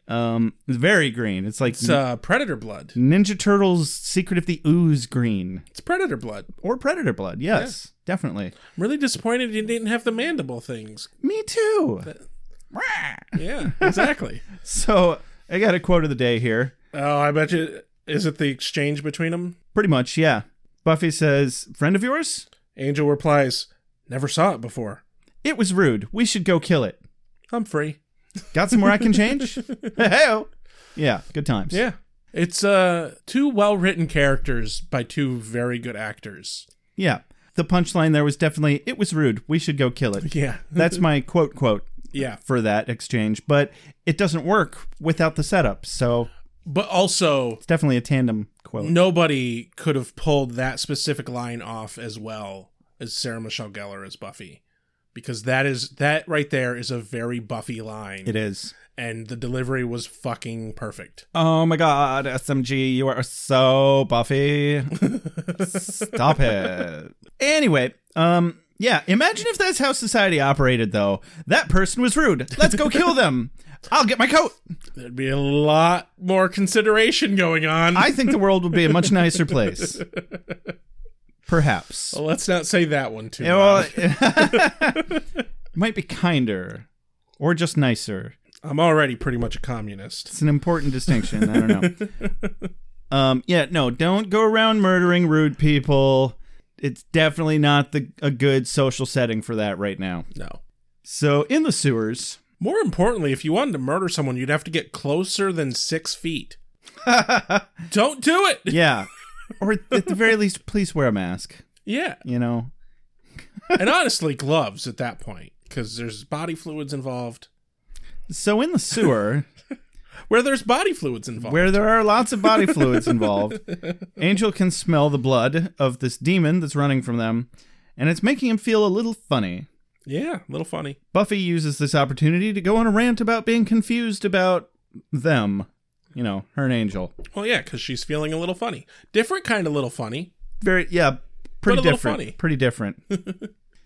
Speaker 8: Um, very green. It's like
Speaker 1: It's uh, predator blood.
Speaker 8: Ninja Turtles Secret of the Ooze green.
Speaker 1: It's predator blood.
Speaker 8: or predator blood. Yes, definitely.
Speaker 1: I'm really disappointed you didn't have the mandible things.
Speaker 8: Me too.
Speaker 1: Yeah, exactly.
Speaker 8: So I got a quote of the day here.
Speaker 1: oh, I bet you. Is it the exchange between them?
Speaker 8: Pretty much, yeah. Buffy says, "Friend of yours?
Speaker 1: Angel replies, "Never saw it before.
Speaker 8: It was rude. We should go kill it.
Speaker 1: I'm free."
Speaker 8: Got somewhere I can change? Hey-ho. Yeah, good times.
Speaker 1: Yeah, it's uh two well written characters by two very good actors.
Speaker 8: yeah. The punchline there was definitely, "It was rude. We should go kill it."
Speaker 1: Yeah,
Speaker 8: That's my quote quote
Speaker 1: yeah.
Speaker 8: for that exchange, but it doesn't work without the setup. So
Speaker 1: But also,
Speaker 8: it's definitely a tandem quote.
Speaker 1: nobody could have pulled that specific line off as well as Sarah Michelle Gellar as Buffy, because that is that right there is a very Buffy line,
Speaker 8: It is.
Speaker 1: and the delivery was fucking perfect.
Speaker 8: Oh my god, SMG, you are so Buffy. Stop it. Anyway, um, yeah, imagine if that's how society operated, though. That person was rude. Let's go kill them. I'll get my coat.
Speaker 1: There'd be a lot more consideration going on.
Speaker 8: I think the world would be a much nicer place. Perhaps.
Speaker 1: Well, let's not say that one too.
Speaker 8: Yeah,
Speaker 1: loud.
Speaker 8: well, might be kinder or just nicer.
Speaker 1: I'm already pretty much a communist.
Speaker 8: It's an important distinction. I don't know. um, yeah, no, don't go around murdering rude people. It's definitely not the a good social setting for that right now.
Speaker 1: No.
Speaker 8: So in the sewers,
Speaker 1: More importantly, if you wanted to murder someone, you'd have to get closer than six feet. Don't do it.
Speaker 8: yeah, or at the very least, please wear a mask.
Speaker 1: yeah.
Speaker 8: You know,
Speaker 1: and honestly, gloves at that point because there's body fluids involved.
Speaker 8: so in the sewer
Speaker 1: Where there's body fluids involved.
Speaker 8: where there are lots of body fluids involved, Angel can smell the blood of this demon that's running from them, and it's making him feel a little funny.
Speaker 1: yeah, a little funny.
Speaker 8: Buffy uses this opportunity to go on a rant about being confused about them. You know, her and Angel.
Speaker 1: Well, yeah, because she's feeling a little funny. Different kind of little funny.
Speaker 8: Very, yeah, pretty
Speaker 1: But a little
Speaker 8: different.
Speaker 1: funny.
Speaker 8: Pretty different.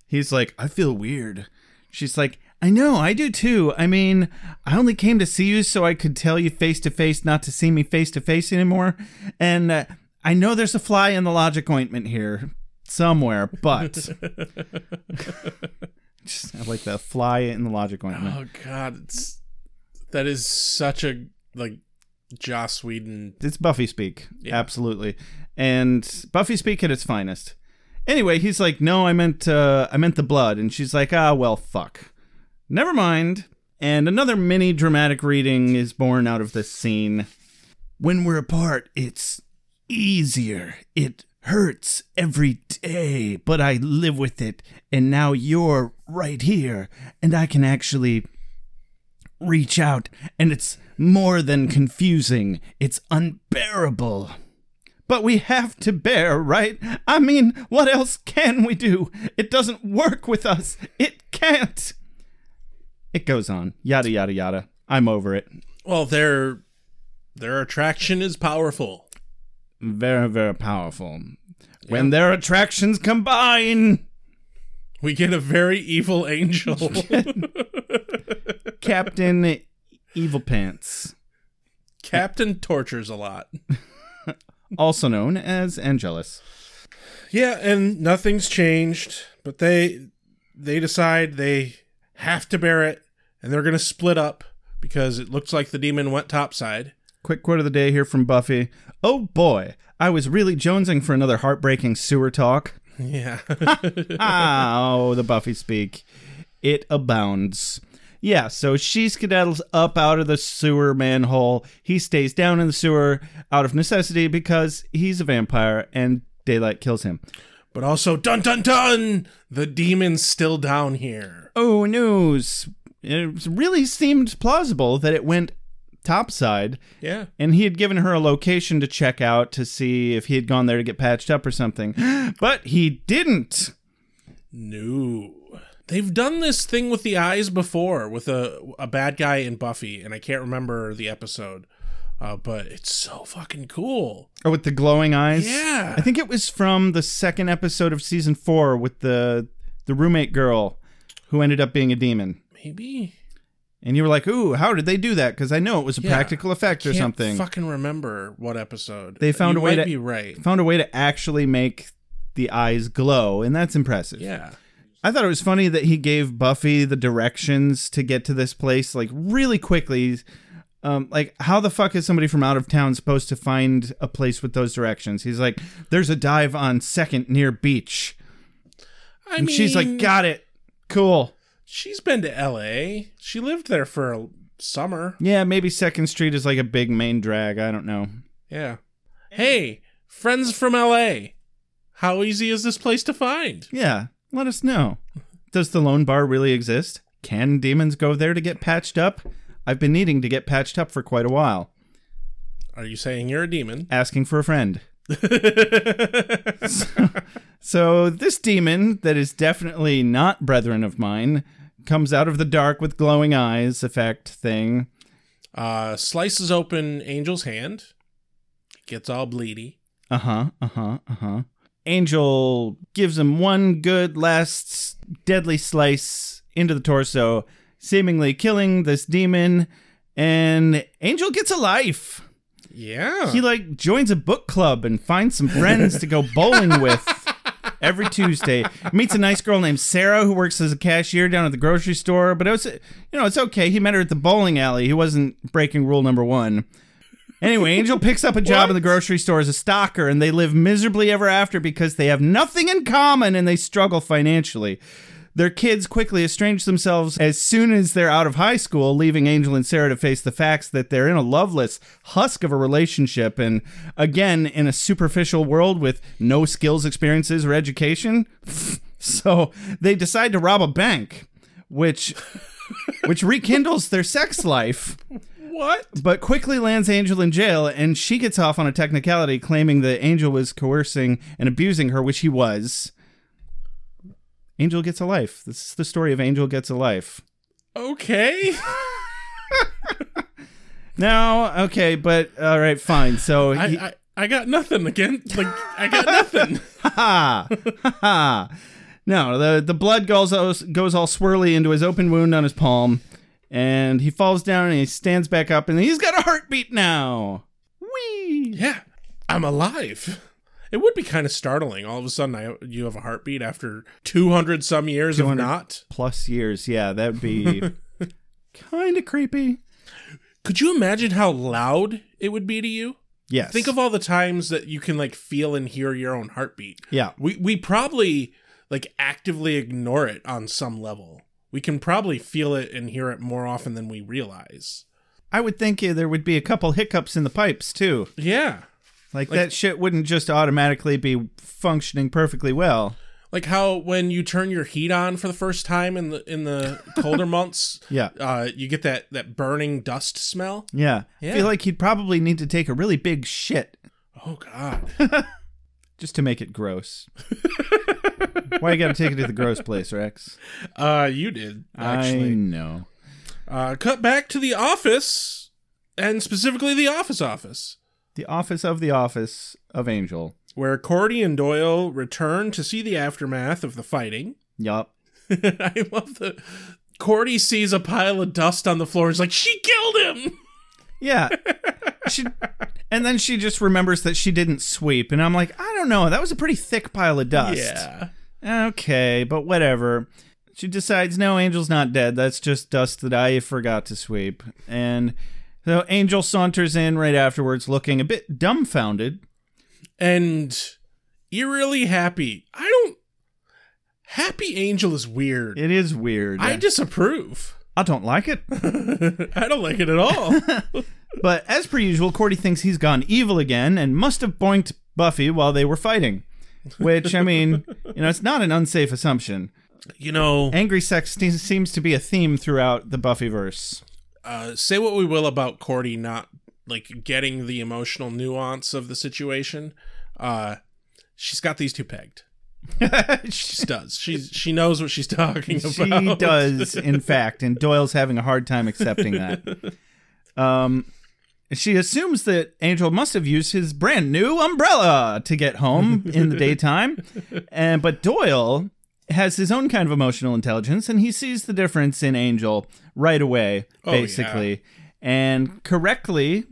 Speaker 8: He's like, I feel weird. She's like, I know, I do too. I mean, I only came to see you so I could tell you face to face not to see me face to face anymore. And uh, I know there's a fly in the logic ointment here somewhere, but. Just, I like the fly in the logic ointment.
Speaker 1: Oh God, it's that is such a like Joss Whedon.
Speaker 8: it's Buffy speak, absolutely, and Buffy speak at its finest. Anyway, he's like, "No, I meant, uh, I meant the blood," and she's like, "Ah, well, fuck, never mind." And another mini dramatic reading is born out of this scene. When we're apart, it's easier. It hurts every day, but I live with it. And now you're right here, and I can actually reach out, and it's more than confusing, it's unbearable. But we have to bear, right? I mean, what else can we do? It doesn't work with us. It can't. It goes on. Yada, yada, yada. I'm over it.
Speaker 10: Well, their their attraction is powerful.
Speaker 8: Very, very powerful. When their attractions combine,
Speaker 10: We get a very evil angel.
Speaker 8: Captain Evil Pants,
Speaker 10: Captain tortures a lot.
Speaker 8: also known as Angelus.
Speaker 1: Yeah, and nothing's changed, but they they decide they have to bear it and they're going to split up because it looks like the demon went topside.
Speaker 8: Quick quote of the day here from Buffy. Oh boy, I was really jonesing for another heartbreaking sewer talk.
Speaker 1: Yeah.
Speaker 8: Ah, oh, the Buffy speak. It abounds. Yeah, so she skedaddles up out of the sewer manhole. He stays down in the sewer out of necessity because he's a vampire and daylight kills him.
Speaker 1: but also dun dun dun, the demon's still down here.
Speaker 8: Oh no! s- It really seemed plausible that it went topside.
Speaker 1: Yeah.
Speaker 8: And he had given her a location to check out to see if he had gone there to get patched up or something. But he didn't.
Speaker 1: No. They've done this thing with the eyes before with a a bad guy in Buffy, and I can't remember the episode. Uh, but it's so fucking cool.
Speaker 8: Oh, with the glowing eyes?
Speaker 1: Yeah.
Speaker 8: I think it was from the second episode of season four with the the roommate girl who ended up being a demon.
Speaker 1: Maybe
Speaker 8: And you were like, ooh, how did they do that? Because I know it was a
Speaker 1: Yeah.
Speaker 8: practical effect or
Speaker 1: Can't
Speaker 8: something.
Speaker 1: Fucking remember what episode
Speaker 8: They found
Speaker 1: You
Speaker 8: a way
Speaker 1: might
Speaker 8: to-
Speaker 1: be right.
Speaker 8: Found a way to actually make the eyes glow, and that's impressive.
Speaker 1: Yeah,
Speaker 8: I thought it was funny that he gave Buffy the directions to get to this place like really quickly. Um, like, how the fuck is somebody from out of town supposed to find a place with those directions? He's like, there's a dive on second near beach.
Speaker 1: I
Speaker 8: and
Speaker 1: mean,
Speaker 8: she's like, got it. Cool.
Speaker 1: she's been to L.A. She lived there for a summer.
Speaker 8: Yeah, maybe second street is like a big main drag. I don't know.
Speaker 1: Yeah. Hey, friends from L.A. How easy is this place to find?
Speaker 8: Yeah, let us know. Does the Lone Bar really exist? Can demons go there to get patched up? I've been needing to get patched up for quite a while.
Speaker 1: Are you saying you're a demon?
Speaker 8: Asking for a friend. So this demon that is definitely not brethren of mine comes out of the dark with glowing eyes effect thing.
Speaker 1: uh, slices open Angel's hand. Gets all bleedy.
Speaker 8: Uh huh. Uh huh. Uh huh. Angel gives him one good last deadly slice into the torso, seemingly killing this demon, and Angel gets a life.
Speaker 1: Yeah.
Speaker 8: He like joins a book club and finds some friends to go bowling with every Tuesday. Meets a nice girl named Sarah who works as a cashier down at the grocery store. But it was, you know, it's okay. He met her at the bowling alley. He wasn't breaking rule number one. Anyway, Angel picks up a job in the grocery store as a stocker, and they live miserably ever after because they have nothing in common and they struggle financially. Their kids quickly estrange themselves as soon as they're out of high school, leaving Angel and Sarah to face the facts that they're in a loveless husk of a relationship and again in a superficial world with no skills, experiences, or education. so they decide to rob a bank, which which rekindles their sex life
Speaker 1: what?
Speaker 8: but quickly lands Angel in jail, and she gets off on a technicality claiming that Angel was coercing and abusing her, which he was. Angel gets a life. This is the story of Angel gets a life.
Speaker 1: Okay.
Speaker 8: No, okay, but all right, fine. So
Speaker 1: I,
Speaker 8: he-
Speaker 1: I I got nothing again. Like I got nothing.
Speaker 8: ha ha ha. No, the the blood goes goes all swirly into his open wound on his palm, and he falls down and he stands back up, and he's got a heartbeat now. Whee!
Speaker 1: Yeah, I'm alive. It would be kind of startling. All of a sudden, I, you have a heartbeat after 200 some years of
Speaker 8: 200.
Speaker 1: not.
Speaker 8: Plus years, yeah, that'd be kind of creepy.
Speaker 1: Could you imagine how loud it would be to you?
Speaker 8: Yes.
Speaker 1: Think of all the times that you can like feel and hear your own heartbeat.
Speaker 8: Yeah.
Speaker 1: We we probably like actively ignore it on some level. We can probably feel it and hear it more often than we realize.
Speaker 8: I would think uh, there would be a couple hiccups in the pipes too.
Speaker 1: Yeah.
Speaker 8: Like, that shit wouldn't just automatically be functioning perfectly well.
Speaker 1: like how when you turn your heat on for the first time in the in the colder months,
Speaker 8: Yeah.
Speaker 1: uh, you get that that burning dust smell.
Speaker 8: Yeah. I
Speaker 1: Yeah.
Speaker 8: feel like he'd probably need to take a really big shit
Speaker 1: Oh God,
Speaker 8: just to make it gross. Why you gotta take it to the gross place, Rex?
Speaker 1: uh, you did
Speaker 8: I
Speaker 1: actually.
Speaker 8: know.
Speaker 1: Uh, cut back to the office, and specifically the office office.
Speaker 8: The office of the office of Angel.
Speaker 1: Where Cordy and Doyle return to see the aftermath of the fighting.
Speaker 8: Yup.
Speaker 1: I love the Cordy sees a pile of dust on the floor. He's like, "She killed him."
Speaker 8: Yeah. she, and then she just remembers that she didn't sweep, and I'm like, I don't know. That was a pretty thick pile of dust.
Speaker 1: Yeah.
Speaker 8: Okay, but whatever. She decides, no, Angel's not dead. That's just dust that I forgot to sweep. And so Angel saunters in right afterwards, looking a bit dumbfounded.
Speaker 1: and eerily happy. I don't. Happy Angel is weird.
Speaker 8: It is weird.
Speaker 1: I disapprove.
Speaker 8: I don't like it.
Speaker 1: I don't like it at all.
Speaker 8: But as per usual, Cordy thinks he's gone evil again and must have boinked Buffy while they were fighting. Which, I mean, you know, it's not an unsafe assumption.
Speaker 1: you know,
Speaker 8: Angry sex se- seems to be a theme throughout the Buffyverse.
Speaker 1: uh, say what we will about Cordy not like getting the emotional nuance of the situation. Uh, she's got these two pegged. She just does. She's she knows what she's talking about.
Speaker 8: she does, in fact, and Doyle's having a hard time accepting that. Um, she assumes that Angel must have used his brand new umbrella to get home in the daytime, and but Doyle has his own kind of emotional intelligence, and he sees the difference in Angel right away,
Speaker 1: Oh,
Speaker 8: basically, and correctly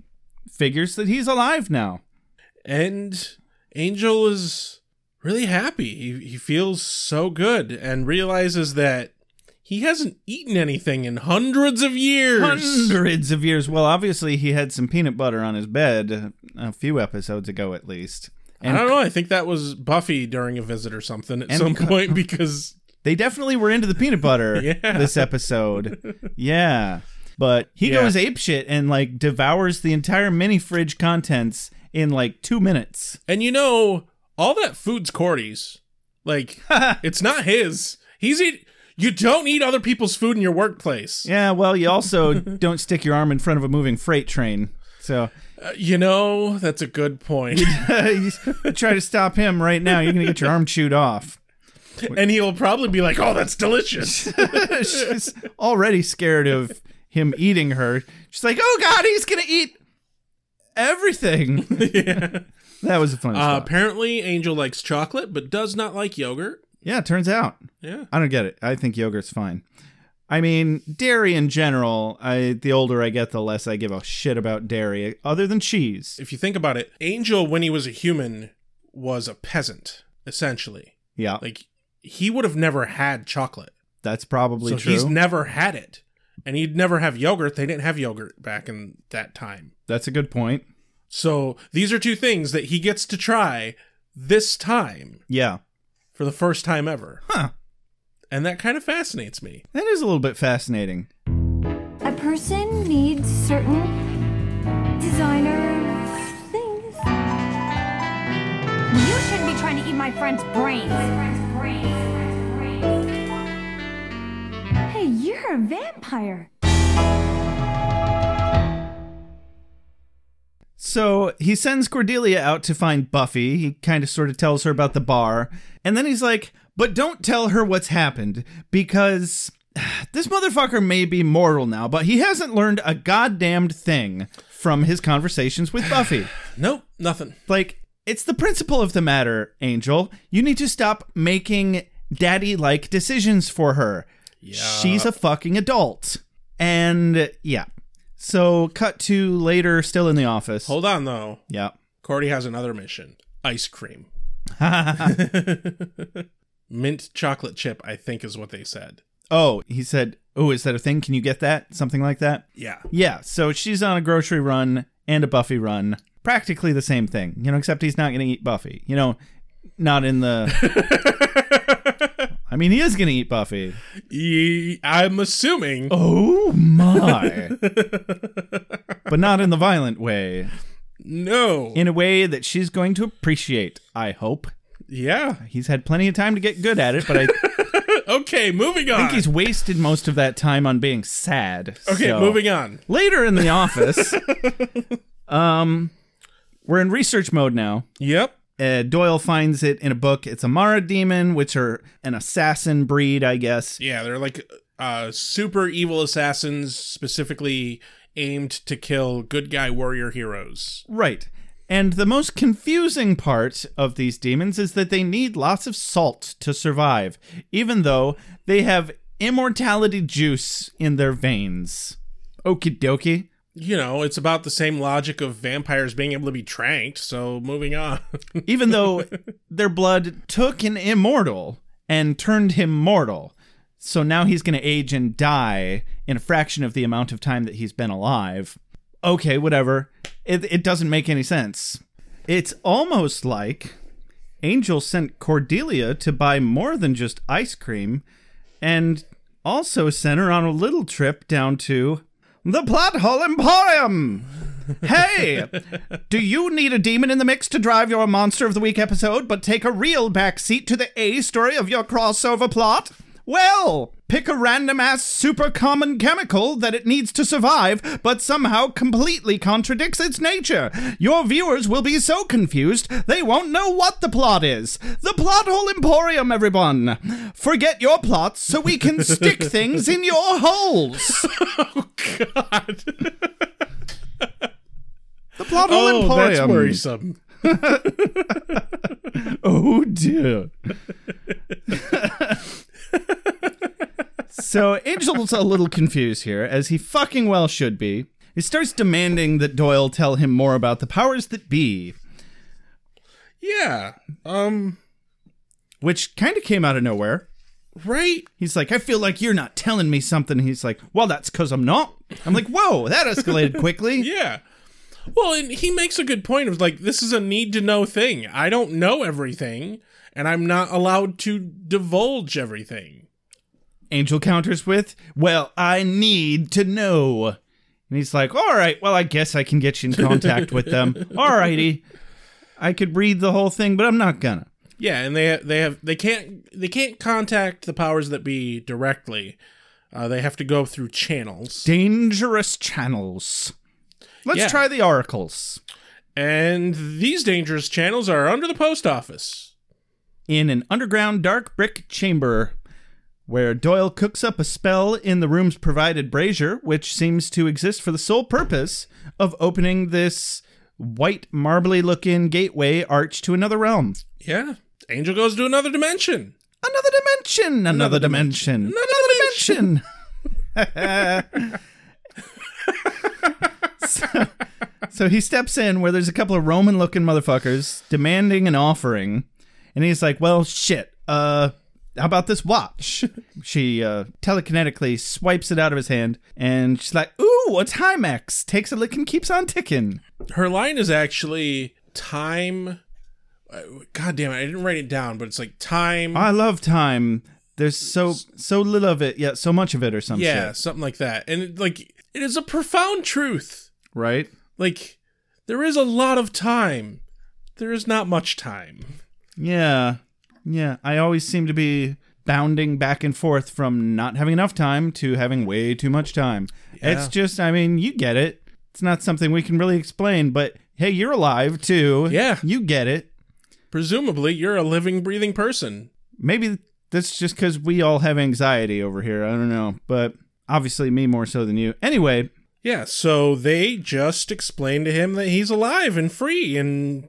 Speaker 8: figures that he's alive now.
Speaker 1: And Angel is really happy. He, he feels so good and realizes that he hasn't eaten anything in hundreds of years.
Speaker 8: hundreds of years. Well, obviously he had some peanut butter on his bed a few episodes ago, at least.
Speaker 1: I
Speaker 8: And
Speaker 1: don't know. I think that was Buffy during a visit or something at
Speaker 8: And
Speaker 1: some
Speaker 8: co-
Speaker 1: point because
Speaker 8: they definitely were into the peanut butter
Speaker 1: Yeah.
Speaker 8: this episode. Yeah, but he
Speaker 1: Yeah.
Speaker 8: goes apeshit and like devours the entire mini fridge contents in like two minutes.
Speaker 1: and you know all that food's Cordy's. Like it's not his. He's eat. You don't eat other people's food in your workplace.
Speaker 8: Yeah, well, you also don't stick your arm in front of a moving freight train. So
Speaker 1: Uh, you know that's a good point.
Speaker 8: you try to stop him right now. You're gonna get your arm chewed off.
Speaker 1: and he'll probably be like, "Oh, that's delicious."
Speaker 8: she's already scared of him eating her. She's like, "Oh God, he's gonna eat everything." That was a funny.
Speaker 1: Uh,
Speaker 8: spot.
Speaker 1: apparently, Angel likes chocolate but does not like yogurt.
Speaker 8: yeah, it turns out.
Speaker 1: Yeah.
Speaker 8: I don't get it. I think yogurt's fine. I mean, dairy in general. I the older I get, the less I give a shit about dairy, other than cheese.
Speaker 1: If you think about it, Angel, when he was a human, was a peasant, essentially.
Speaker 8: Yeah,
Speaker 1: Like, he would have never had chocolate.
Speaker 8: that's probably
Speaker 1: So
Speaker 8: true.
Speaker 1: he's never had it. And he'd never have yogurt. They didn't have yogurt back in that time.
Speaker 8: that's a good point.
Speaker 1: So these are two things that he gets to try this time
Speaker 8: Yeah,
Speaker 1: for the first time ever.
Speaker 8: Huh.
Speaker 1: And that kind of fascinates me.
Speaker 8: that is a little bit fascinating.
Speaker 2: A person needs certain designer things. You shouldn't be trying to eat my friend's brains. Hey, you're a vampire.
Speaker 8: So he sends Cordelia out to find Buffy. He kind of sort of tells her about the bar. And then he's like, but don't tell her what's happened because this motherfucker may be mortal now, but he hasn't learned a goddamned thing from his conversations with Buffy.
Speaker 1: Nope, nothing.
Speaker 8: Like, it's the principle of the matter, Angel. You need to stop making daddy like decisions for her. She's a fucking adult. And yeah. So cut to later, still in the office.
Speaker 1: Hold on, though.
Speaker 8: yeah.
Speaker 1: Cordy has another mission ice cream. Mint chocolate chip, I think, is what they said.
Speaker 8: Oh, he said, Oh, is that a thing? Can you get that? Something like that.
Speaker 1: Yeah.
Speaker 8: Yeah. So she's on a grocery run and a Buffy run. Practically the same thing, you know, except he's not going to eat Buffy. You know, not in the. I mean, he is going to eat Buffy.
Speaker 1: E- I'm assuming.
Speaker 8: Oh, my. but not in the violent way.
Speaker 1: No.
Speaker 8: In a way that she's going to appreciate, I hope.
Speaker 1: Yeah.
Speaker 8: He's had plenty of time to get good at it, but I
Speaker 1: Okay, moving on.
Speaker 8: think he's wasted most of that time on being sad.
Speaker 1: okay,
Speaker 8: so-
Speaker 1: moving on.
Speaker 8: Later in the office, um, we're in research mode now.
Speaker 1: Yep.
Speaker 8: Uh, Doyle finds it in a book. It's a Mara demon, which are an assassin breed, I guess.
Speaker 1: Yeah, they're like uh super evil assassins specifically aimed to kill good guy warrior heroes.
Speaker 8: Right. And the most confusing part of these demons is that they need lots of salt to survive, even though they have immortality juice in their veins. Okie dokie.
Speaker 1: You know, it's about the same logic of vampires being able to be tranked, so moving on.
Speaker 8: Even though their blood took an immortal and turned him mortal. So now he's going to age and die in a fraction of the amount of time that he's been alive. Okay, whatever. It, it doesn't make any sense. It's almost like Angel sent Cordelia to buy more than just ice cream and also sent her on a little trip down to the Plot Hole Emporium. Hey, do you need a demon in the mix to drive your Monster of the Week episode, but take a real backseat to the A story of your crossover plot? Well, pick a random ass super common chemical that it needs to survive, but somehow completely contradicts its nature. Your viewers will be so confused they won't know what the plot is. The Plot Hole Emporium, everyone! Forget your plots so we can stick things in your holes!
Speaker 1: oh god.
Speaker 8: The Plot Hole
Speaker 1: Oh,
Speaker 8: Emporium!
Speaker 1: that's worrisome.
Speaker 8: Oh dear. so Angel's a little confused here, as he fucking well should be. He starts demanding that Doyle tell him more about the powers that be,
Speaker 1: Yeah. Um
Speaker 8: which kind of came out of nowhere.
Speaker 1: right?
Speaker 8: He's like, I feel like you're not telling me something. He's like, Well, that's because I'm not. I'm like, Whoa, that escalated quickly.
Speaker 1: Yeah. Well, and he makes a good point of like this is a need to know thing. I don't know everything, and I'm not allowed to divulge everything.
Speaker 8: Angel counters with, Well, I need to know. And he's like, All right, well, I guess I can get you in contact with them. All righty. I could read the whole thing, but I'm not gonna.
Speaker 1: Yeah, and they they have they can't they can't contact the powers that be directly. Uh, they have to go through channels,
Speaker 8: Dangerous channels. Let's
Speaker 1: Yeah.
Speaker 8: try the oracles.
Speaker 1: and these dangerous channels are under the post office.
Speaker 8: In an underground dark brick chamber, where Doyle cooks up a spell in the room's provided brazier, which seems to exist for the sole purpose of opening this white, marbly looking gateway arch to another realm.
Speaker 1: Yeah, Angel goes to another dimension.
Speaker 8: Another dimension. Another dimension. Another dimension. so, so he steps in where there's a couple of Roman looking motherfuckers demanding an offering. And he's like, well, shit. Uh, how about this watch? She uh, telekinetically swipes it out of his hand. And she's like, ooh, a Timex. Takes a lick and keeps on ticking.
Speaker 1: Her line is actually time. uh, God damn it! I didn't write it down, but it's like time.
Speaker 8: I love time. There's so so little of it, yet so much of it, or some
Speaker 1: yeah,
Speaker 8: shit.
Speaker 1: something like that. And it, like it is a profound truth.
Speaker 8: Right?
Speaker 1: Like there is a lot of time. There is not much time.
Speaker 8: Yeah. Yeah. I always seem to be bounding back and forth from not having enough time to having way too much time. It's just, I mean, you get it. It's not something we can really explain, but hey, you're alive too.
Speaker 1: Yeah.
Speaker 8: You get it.
Speaker 1: Presumably, you're a living, breathing person.
Speaker 8: Maybe that's just because we all have anxiety over here. I don't know. But obviously, me more so than you. Anyway,
Speaker 1: Yeah, so they just explain to him that he's alive and free and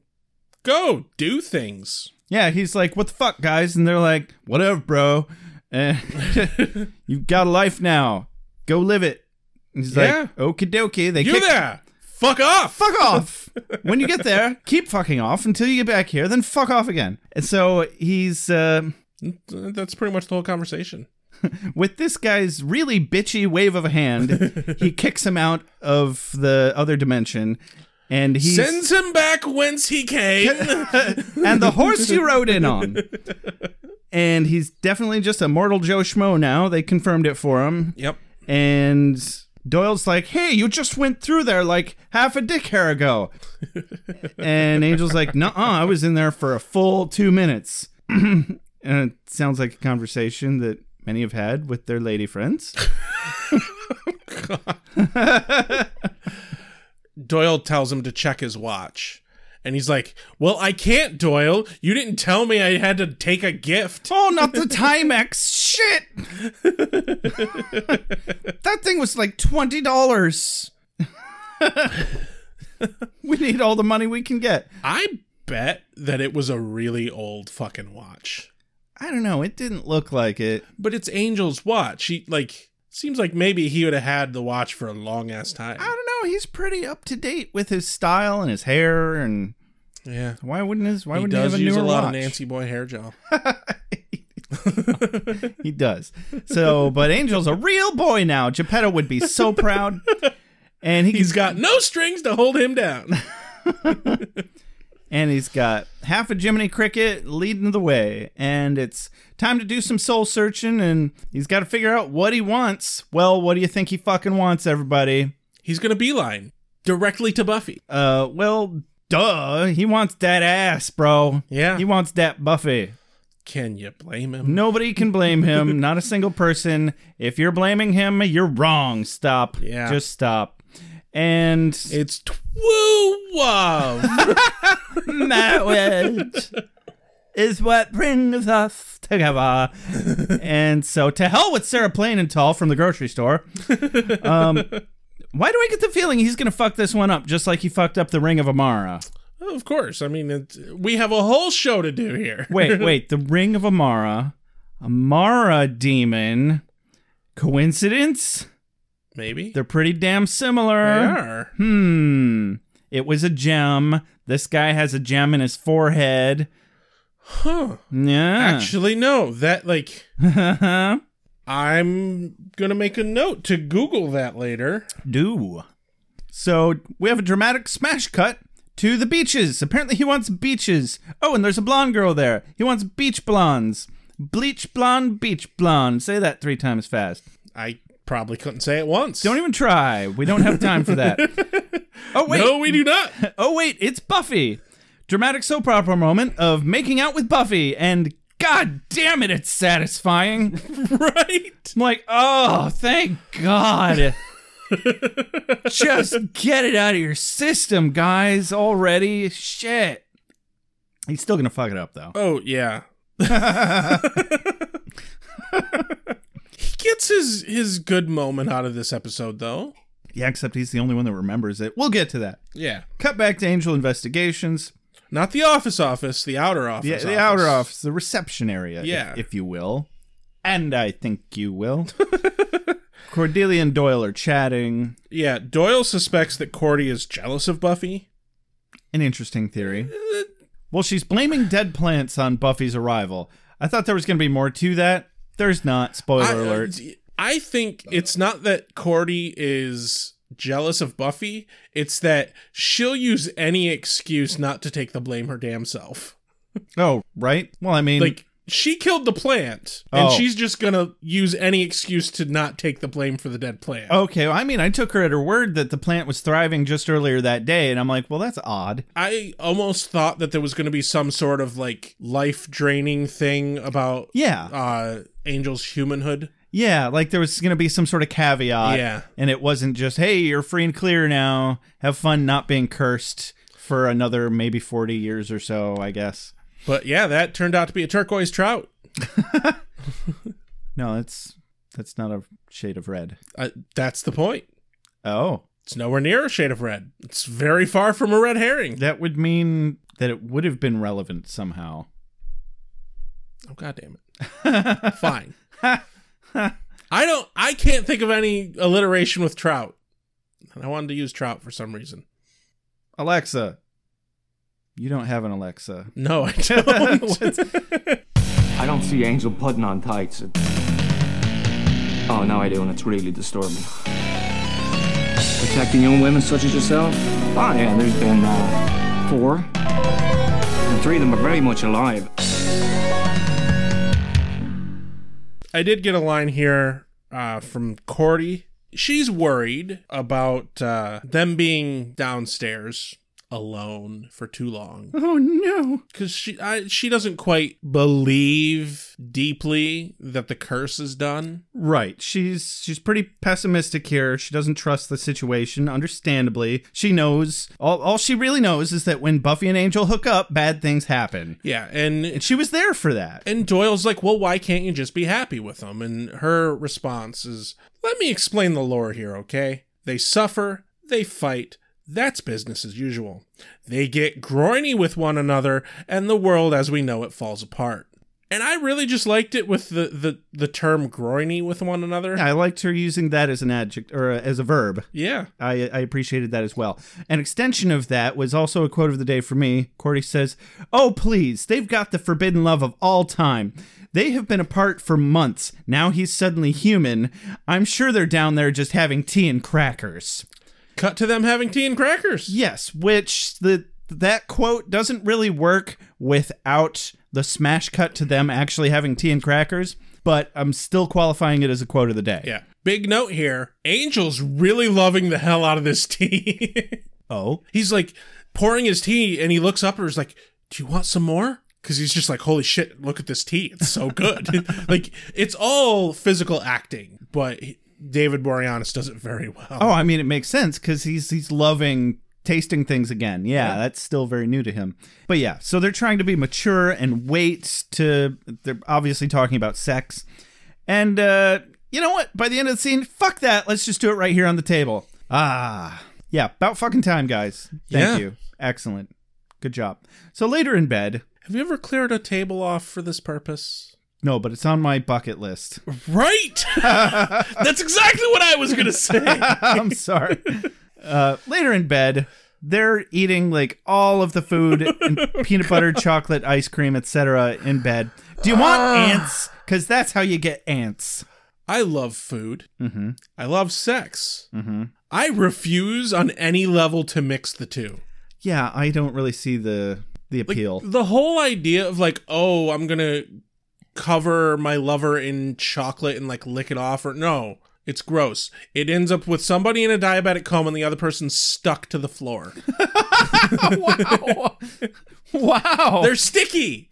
Speaker 1: go do things.
Speaker 8: Yeah, he's like, "What the fuck, guys?" And they're like, "Whatever, bro. Eh, You've got a life now. Go live it." And he's
Speaker 1: Yeah.
Speaker 8: like, "Okie dokie." They
Speaker 1: You
Speaker 8: kick
Speaker 1: there! Fuck off!
Speaker 8: fuck off. when you get there, keep fucking off until you get back here. Then fuck off again. And so he's uh,
Speaker 1: That's pretty much the whole conversation.
Speaker 8: with this guy's really bitchy wave of a hand. he kicks him out of the other dimension, and he's
Speaker 1: Sends him back whence he came.
Speaker 8: and the horse you rode in on. And he's definitely just a mortal Joe Schmo now. They confirmed it for him.
Speaker 1: yep.
Speaker 8: And Doyle's like, "Hey, you just went through there like half a dick hair ago," and Angel's like, "No, I was in there for a full two minutes." and it sounds like a conversation that many have had with their lady friends.
Speaker 1: Doyle tells him to check his watch. And he's like, Well, I can't, Doyle. You didn't tell me I had to take a gift.
Speaker 8: Oh, not the Timex. Shit. that thing was like $20. we need all the money we can get.
Speaker 1: I bet that it was a really old fucking watch.
Speaker 8: I don't know. It didn't look like it.
Speaker 1: But it's Angel's watch. He, like, seems like maybe he would have had the watch for a long ass time.
Speaker 8: I don't know. He's pretty up to date with his style and his hair and
Speaker 1: Yeah.
Speaker 8: why wouldn't his why
Speaker 1: he
Speaker 8: wouldn't
Speaker 1: does
Speaker 8: he have a
Speaker 1: use a
Speaker 8: newer
Speaker 1: lot
Speaker 8: watch?
Speaker 1: of Nancy Boy hair gel.
Speaker 8: He does. So, but Angel's a real boy now. Geppetto would be so proud. And he
Speaker 1: He's got no strings to hold him down.
Speaker 8: and he's got half a Jiminy Cricket leading the way. And it's time to do some soul searching, and he's got to figure out what he wants. Well, what do you think he fucking wants, everybody?
Speaker 1: He's going to beeline directly to Buffy.
Speaker 8: Uh, well, duh, he wants that ass, bro.
Speaker 1: Yeah.
Speaker 8: he wants that Buffy.
Speaker 1: Can you blame him?
Speaker 8: Nobody can blame him, not a single person. If you're blaming him, you're wrong. Stop.
Speaker 1: Yeah.
Speaker 8: just stop. And
Speaker 1: It's Twoo Wav.
Speaker 8: marriage is what brings us together. and so, to hell with Sarah Plain and Tall from the grocery store. Um, why do I get the feeling he's going to fuck this one up just like he fucked up the Ring of Amara?
Speaker 1: of course. I mean, it, we have a whole show to do here.
Speaker 8: Wait, wait. The Ring of Amara. Amara demon. Coincidence?
Speaker 1: Maybe.
Speaker 8: They're pretty damn
Speaker 1: They
Speaker 8: similar.
Speaker 1: are.
Speaker 8: Hmm. It was a gem. This guy has a gem in his forehead.
Speaker 1: Huh.
Speaker 8: Yeah.
Speaker 1: Actually, no. That, like, I'm going to make a note to Google that later.
Speaker 8: do. So we have a dramatic smash cut to the beaches. Apparently, he wants beaches. Oh, and there's a blonde girl there. He wants beach blondes. Bleach blonde, beach blonde. Say that three times fast.
Speaker 1: I probably couldn't say it once.
Speaker 8: Don't even try. We don't have time for that. oh, wait.
Speaker 1: No, we do not.
Speaker 8: Oh, wait. It's Buffy. Dramatic soap opera moment of making out with Buffy, and god damn it, it's satisfying.
Speaker 1: right?
Speaker 8: I'm like, oh, thank God. Just get it out of your system, guys, already. Shit. He's still going to fuck it up, though.
Speaker 1: Oh, yeah. he gets his his good moment out of this episode though.
Speaker 8: Yeah, except he's the only one that remembers it. We'll get to that.
Speaker 1: Yeah.
Speaker 8: Cut back to Angel Investigations.
Speaker 1: Not the office office, the outer office.
Speaker 8: Yeah, the outer office, the reception area, if-
Speaker 1: Yeah.
Speaker 8: if, you will. And I think you will. Cordelia and Doyle are chatting.
Speaker 1: Yeah, Doyle suspects that Cordy is jealous of Buffy.
Speaker 8: An interesting theory. Well, she's blaming dead plants on Buffy's arrival. I thought there was going to be more to that. There's not. Spoiler
Speaker 1: I- uh,
Speaker 8: alert.
Speaker 1: I think it's not that Cordy is jealous of Buffy, it's that she'll use any excuse not to take the blame her damn self.
Speaker 8: Oh, right. Well, I mean,
Speaker 1: Like she killed the plant, and
Speaker 8: Oh.
Speaker 1: she's just gonna use any excuse to not take the blame for the dead plant.
Speaker 8: okay. I mean, I took her at her word that the plant was thriving just earlier that day, and I'm like, well, that's odd.
Speaker 1: I almost thought that there was going to be some sort of like life draining thing about
Speaker 8: Yeah.
Speaker 1: uh, Angel's humanhood.
Speaker 8: Yeah, like there was going to be some sort of caveat.
Speaker 1: Yeah.
Speaker 8: And it wasn't just, hey, you're free and clear now. Have fun not being cursed for another maybe 40 years or so, I guess.
Speaker 1: But yeah, that turned out to be a turquoise trout.
Speaker 8: No, that's that's not a shade of red.
Speaker 1: Uh, that's the point.
Speaker 8: Oh.
Speaker 1: It's nowhere near a shade of red. It's very far from a red herring.
Speaker 8: That would mean that it would have been relevant somehow.
Speaker 1: Oh god damn it. Fine. I don't I can't think of any alliteration with trout. And I wanted to use trout for some reason.
Speaker 8: Alexa. You don't have an Alexa.
Speaker 1: No, I don't.
Speaker 4: I don't see Angel putting on tights. It- Oh, now I do, and it's really disturbing. Protecting young women such as yourself? Oh, yeah, there's been uh, four. And three of them are very much alive.
Speaker 1: I did get a line here uh, from Cordy she's worried about uh, them being downstairs alone for too long
Speaker 8: Oh no.
Speaker 1: because she I, she doesn't quite believe deeply that the curse is done.
Speaker 8: Right. She's she's pretty pessimistic here. She doesn't trust the situation, understandably. She knows all all she really knows is that when Buffy and Angel hook up, bad things happen.
Speaker 1: Yeah, and
Speaker 8: And she was there for that.
Speaker 1: And Doyle's like, well, why can't you just be happy with them? And her response is, let me explain the lore here, okay? They suffer, they fight. That's business as usual. They get groiny with one another, and the world as we know it falls apart. And I really just liked it with the, the, the term groiny with one another.
Speaker 8: I liked her using that as an adjective or uh, as a verb.
Speaker 1: Yeah.
Speaker 8: I, I appreciated that as well. An extension of that was also a quote of the day for me. Cordy says, Oh, please, they've got the forbidden love of all time. They have been apart for months. Now he's suddenly human. I'm sure they're down there just having tea and crackers.
Speaker 1: Cut to them having tea and crackers.
Speaker 8: Yes, which the that quote doesn't really work without the smash cut to them actually having tea and crackers, but I'm still qualifying it as a quote of the day.
Speaker 1: Yeah. Big note here Angel's really loving the hell out of this tea.
Speaker 8: Oh.
Speaker 1: he's like pouring his tea and he looks up and he's like do you want some more because he's just like holy shit look at this tea it's so good like it's all physical acting but he- david boreanaz does it very well
Speaker 8: Oh, I mean, it makes sense because he's he's loving tasting things again. Yeah, that's still very new to him. But yeah, so they're trying to be mature and wait to. They're obviously talking about sex, and uh, you know what? By the end of the scene, fuck that. Let's just do it right here on the table. Ah, yeah, about fucking time, guys.
Speaker 1: Yeah.
Speaker 8: Thank you. Excellent. Good job. So later in bed.
Speaker 1: have you ever cleared a table off for this purpose
Speaker 8: No, but it's on my bucket list.
Speaker 1: right that's exactly what i was gonna say
Speaker 8: I'm sorry. Uh, later in bed, they're eating like all of the food and peanut butter, chocolate, ice cream, etc. in bed. Do you want
Speaker 1: Ah.
Speaker 8: ants? Because that's how you get ants.
Speaker 1: i love food mm-hmm. i love sex mm-hmm. i refuse on any level to mix the two
Speaker 8: Yeah, I don't really see the the
Speaker 1: Like,
Speaker 8: appeal.
Speaker 1: the whole idea of like, oh, I'm gonna cover my lover in chocolate and like lick it off, or no, it's gross. It ends up with somebody in a diabetic coma and the other person stuck to the floor.
Speaker 8: wow, wow,
Speaker 1: They're sticky.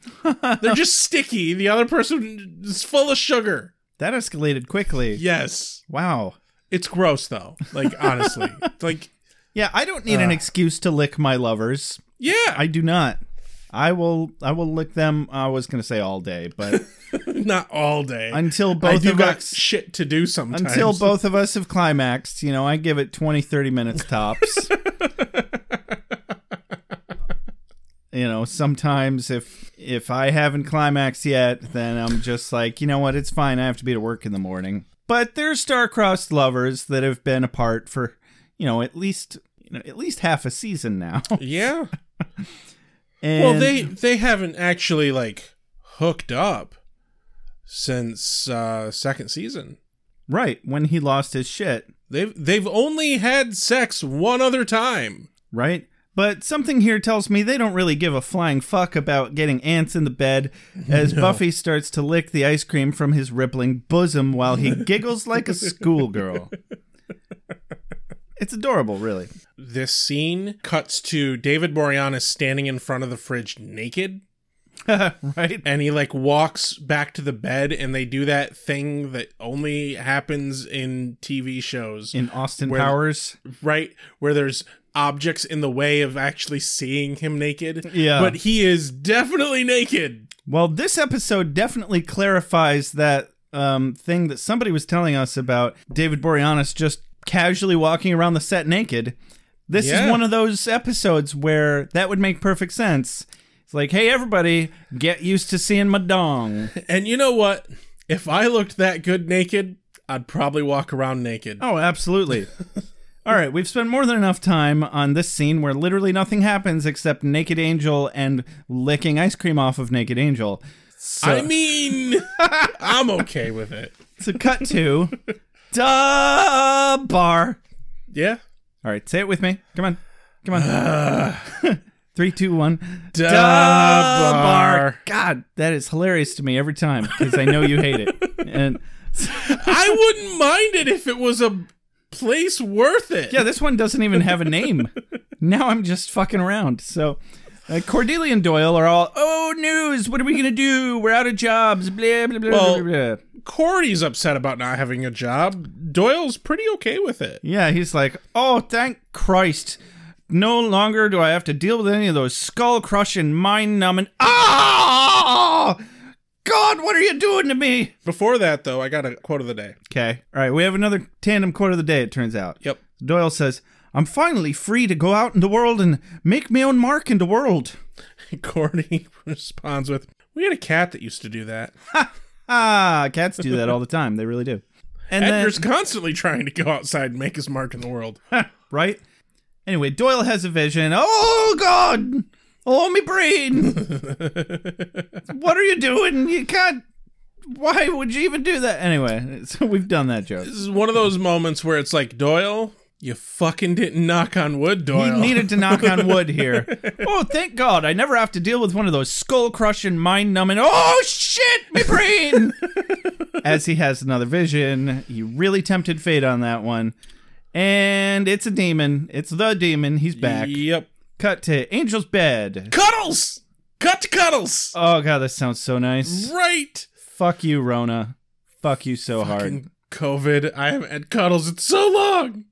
Speaker 1: They're just sticky. The other person is full of sugar.
Speaker 8: that escalated quickly.
Speaker 1: Yes,
Speaker 8: Wow.
Speaker 1: it's gross though. Like honestly, It's like
Speaker 8: Yeah, I don't need
Speaker 1: Ah.
Speaker 8: an excuse to lick my lovers.
Speaker 1: yeah,
Speaker 8: I do not. I will. I will lick them. I was gonna say all day, but
Speaker 1: not all day
Speaker 8: until
Speaker 1: I
Speaker 8: both
Speaker 1: do
Speaker 8: of
Speaker 1: got
Speaker 8: us
Speaker 1: shit to do sometimes.
Speaker 8: until both of us have climaxed you know i give it 20 30 minutes tops you know sometimes if if i haven't climaxed yet then i'm just like you know what it's fine i have to be to work in the morning but there's star-crossed lovers that have been apart for you know at least you know, at least half a season now
Speaker 1: yeah.
Speaker 8: and
Speaker 1: Well, they they haven't actually like hooked up since uh second season.
Speaker 8: right when he lost his shit
Speaker 1: They've they've only had sex one other time.
Speaker 8: right? But something here tells me they don't really give a flying fuck about getting ants in the bed as Buffy starts to lick the ice cream from his rippling bosom while he giggles like a schoolgirl. It's adorable, really.
Speaker 1: This scene cuts to David Boreanaz standing in front of the fridge naked,
Speaker 8: right?
Speaker 1: and he like walks back to the bed, and they do that thing that only happens in TV shows,
Speaker 8: In Austin
Speaker 1: Where-
Speaker 8: Powers.
Speaker 1: right? Where there's objects in the way of actually seeing him naked.
Speaker 8: Yeah.
Speaker 1: but he is definitely naked.
Speaker 8: Well, this episode definitely clarifies that um, thing that somebody was telling us about David Boreanaz just casually walking around the set naked. This
Speaker 1: Yeah.
Speaker 8: is one of those episodes where that would make perfect sense. It's like, hey, everybody, get used to seeing my dong.
Speaker 1: And you know what? If I looked that good naked, I'd probably walk around naked.
Speaker 8: Oh, absolutely. All right, we've spent more than enough time on this scene where literally nothing happens except Naked Angel and licking ice cream off of Naked Angel. So-
Speaker 1: I mean, I'm okay with it.
Speaker 8: so cut to da bar.
Speaker 1: Yeah.
Speaker 8: All right, say it with me. Come on. Come on. Three, two, one.
Speaker 1: Da bar.
Speaker 8: God, that is hilarious to me every time because I know you hate it. And
Speaker 1: I wouldn't mind it if it was a place worth it.
Speaker 8: Yeah, this one doesn't even have a name. now I'm just fucking around. So, uh, Cordelia and Doyle are all, oh, news. What are we going to do? We're out of jobs. Blah, blah, blah,
Speaker 1: Well-
Speaker 8: blah, blah.
Speaker 1: Corey's upset about not having a job. Doyle's pretty okay with it.
Speaker 8: Yeah, he's like, oh, thank Christ. No longer do I have to deal with any of those skull crushing, mind numbing. Ah! God, what are you doing to me?
Speaker 1: Before that, though, I got a quote of the day.
Speaker 8: Okay. All right. We have another tandem quote of the day, it turns out.
Speaker 1: Yep.
Speaker 8: Doyle says, I'm finally free to go out in the world and make my own mark in the world.
Speaker 1: Corey responds with, "We had a cat that used to do that.
Speaker 8: Ah, cats do that all the time. They really do. And then-
Speaker 1: Edgar's constantly trying to go outside and make his mark in the world."
Speaker 8: right? Anyway, Doyle has a vision. Oh God! Oh my brain! what are you doing? You can't. Why would you even do that? Anyway, so we've done that joke.
Speaker 1: This is one of those moments where it's like, Doyle, you fucking didn't knock on wood,
Speaker 8: He
Speaker 1: Doyle.
Speaker 8: needed to knock on wood here. Oh, thank God! I never have to deal with one of those skull crushing, mind numbing. Oh shit, my brain! As he has another vision, he really tempted fate on that one, and it's a demon. It's the demon. He's back.
Speaker 1: Yep.
Speaker 8: Cut to Angel's bed.
Speaker 1: Cuddles! Cut to cuddles!
Speaker 8: Oh god, that sounds so nice.
Speaker 1: right!
Speaker 8: Fuck you, Rona. Fuck you so
Speaker 1: Fucking COVID. I haven't had cuddles in so long.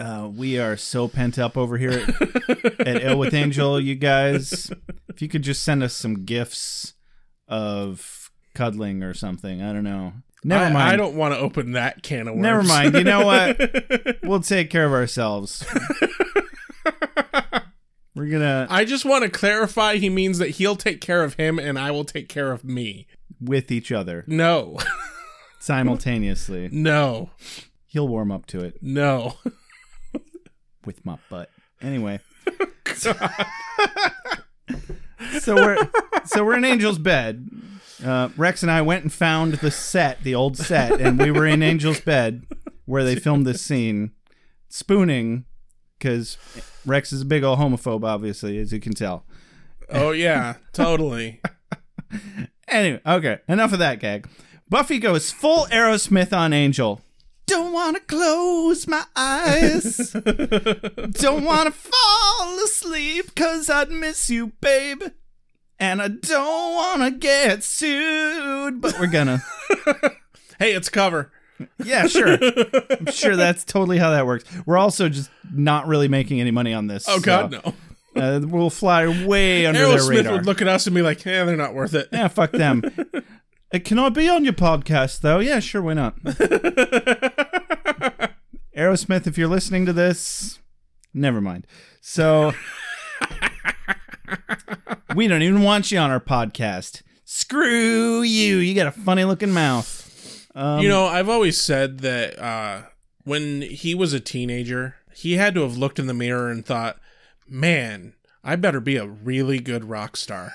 Speaker 8: hard. Uh, we are so pent up over here at, at Ill with Angel, you guys. If you could just send us some gifts of cuddling or something, I don't know. Never
Speaker 1: I,
Speaker 8: mind.
Speaker 1: I don't want to open that can of worms.
Speaker 8: Never mind. You know what? we'll take care of ourselves. We're gonna
Speaker 1: I just want to clarify he means that he'll take care of him and I will take care of me.
Speaker 8: with each other
Speaker 1: No.
Speaker 8: simultaneously.
Speaker 1: No.
Speaker 8: He'll warm up to it
Speaker 1: No.
Speaker 8: with my butt. Anyway. so we're so we're in Angel's bed. Uh, Rex and I went and found the set, the old set, and we were in Angel's bed where they filmed this scene, spooning, because Rex is a big old homophobe, obviously, as you can tell.
Speaker 1: Oh yeah, totally.
Speaker 8: Anyway, okay, enough of that gag. Buffy goes full Aerosmith on Angel. Don't want to close my eyes. don't want to fall asleep because I'd miss you, babe. And I don't want to get sued, but we're gonna.
Speaker 1: hey, it's cover.
Speaker 8: Yeah, sure. I'm sure that's totally how that works. We're also just not really making any money on this.
Speaker 1: Oh
Speaker 8: so,
Speaker 1: god no.
Speaker 8: Uh, we'll fly way under their
Speaker 1: Aerosmith
Speaker 8: radar.
Speaker 1: would look at us and be like, "Yeah, they're not worth it."
Speaker 8: Yeah, fuck them. Uh, Can I be on your podcast though? Yeah, sure, why not? Aerosmith, if you're listening to this, never mind. So we don't even want you on our podcast. Screw you. You got a funny looking mouth. Um,
Speaker 1: you know, I've always said that uh, when he was a teenager, he had to have looked in the mirror and thought, "Man, I better be a really good rock star."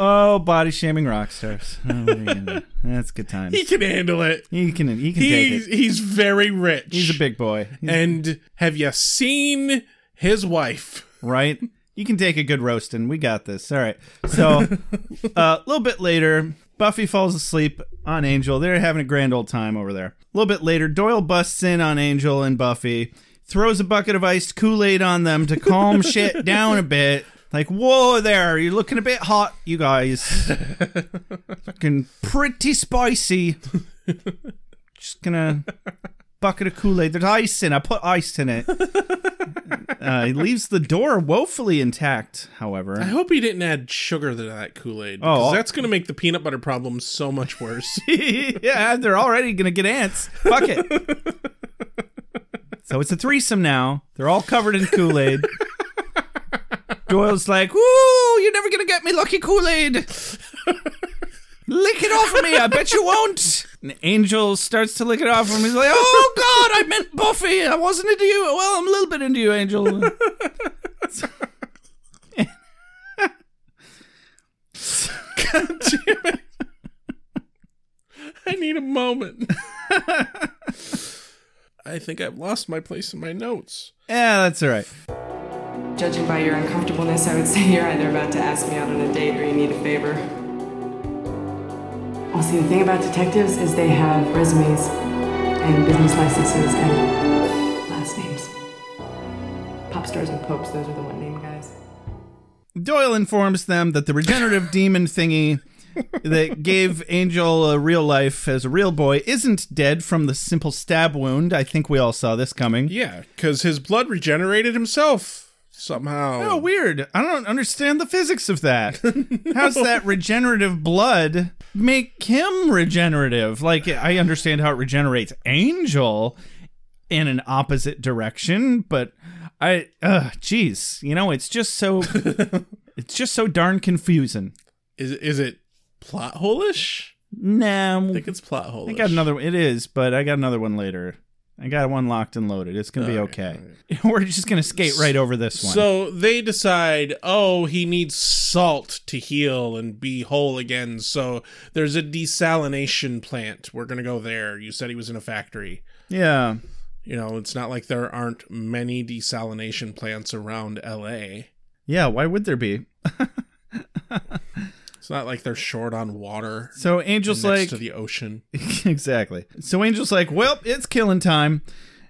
Speaker 8: Oh, body shaming rock stars. Oh, what are you gonna do? That's good times.
Speaker 1: he can handle it.
Speaker 8: He can he can
Speaker 1: He's
Speaker 8: take it.
Speaker 1: he's very rich.
Speaker 8: He's a big boy. He's-
Speaker 1: And have you seen his wife?
Speaker 8: right? You can take a good roasting. We got this. All right. So a little bit later, Buffy falls asleep on Angel. They're having a grand old time over there. A little bit later, Doyle busts in on Angel and Buffy, throws a bucket of iced Kool Aid on them to calm shit down a bit. Like, whoa there, you're looking a bit hot, you guys. Fucking pretty spicy. Just gonna bucket of Kool Aid. There's ice in. it. I put ice in it. Uh, he leaves the door woefully intact,
Speaker 1: I
Speaker 8: however.
Speaker 1: hope he didn't add sugar to that Kool Aid.
Speaker 8: Oh.
Speaker 1: that's going to make the peanut butter problem so much worse.
Speaker 8: yeah, they're already going to get ants. Fuck it. so it's a threesome now. They're all covered in Kool Aid. Doyle's like, Ooh, you're never going to get me lucky Kool Aid. lick it off of me. I bet you won't. And Angel starts to lick it off of him. He's like, Oh, God, I meant Buffy. I wasn't into you. Well, I'm a little bit into you, Angel.
Speaker 1: I need a moment. I think I've lost my place in my notes.
Speaker 8: yeah, that's all right.
Speaker 11: Judging by your uncomfortableness, I would say you're either about to ask me out on a date or you need a favor. Well, see, the thing about detectives is they have resumes. and business licenses and last names. Pop stars and popes, those are the one name guys.
Speaker 8: Doyle informs them that the regenerative demon thingy that gave Angel a real life as a real boy isn't dead from the simple stab wound. I think we all saw this coming.
Speaker 1: Yeah, because his blood regenerated himself somehow.
Speaker 8: Oh, weird. I don't understand the physics of that. How's that regenerative blood make him regenerative? Like, I understand how it regenerates Angel in an opposite direction, but I, uh, geez, you know, it's just so, it's just so darn confusing.
Speaker 1: Is is it plot hole-ish?
Speaker 8: Nah,
Speaker 1: I think it's plot hole.
Speaker 8: I got another. It is, but I got another one later. I got one locked and loaded. It's gonna be
Speaker 1: Alright,
Speaker 8: okay. We're just gonna skate right over this one.
Speaker 1: So they decide, oh, he needs salt to heal and be whole again. So there's a desalination plant. We're gonna go there. You said he was in a factory.
Speaker 8: yeah,
Speaker 1: You know, it's not like there aren't many desalination plants around LA.
Speaker 8: yeah. Why would there be?
Speaker 1: It's not like they're short on water.
Speaker 8: So Angel's
Speaker 1: next
Speaker 8: like,
Speaker 1: to the ocean.
Speaker 8: exactly. So Angel's like, well, it's killing time,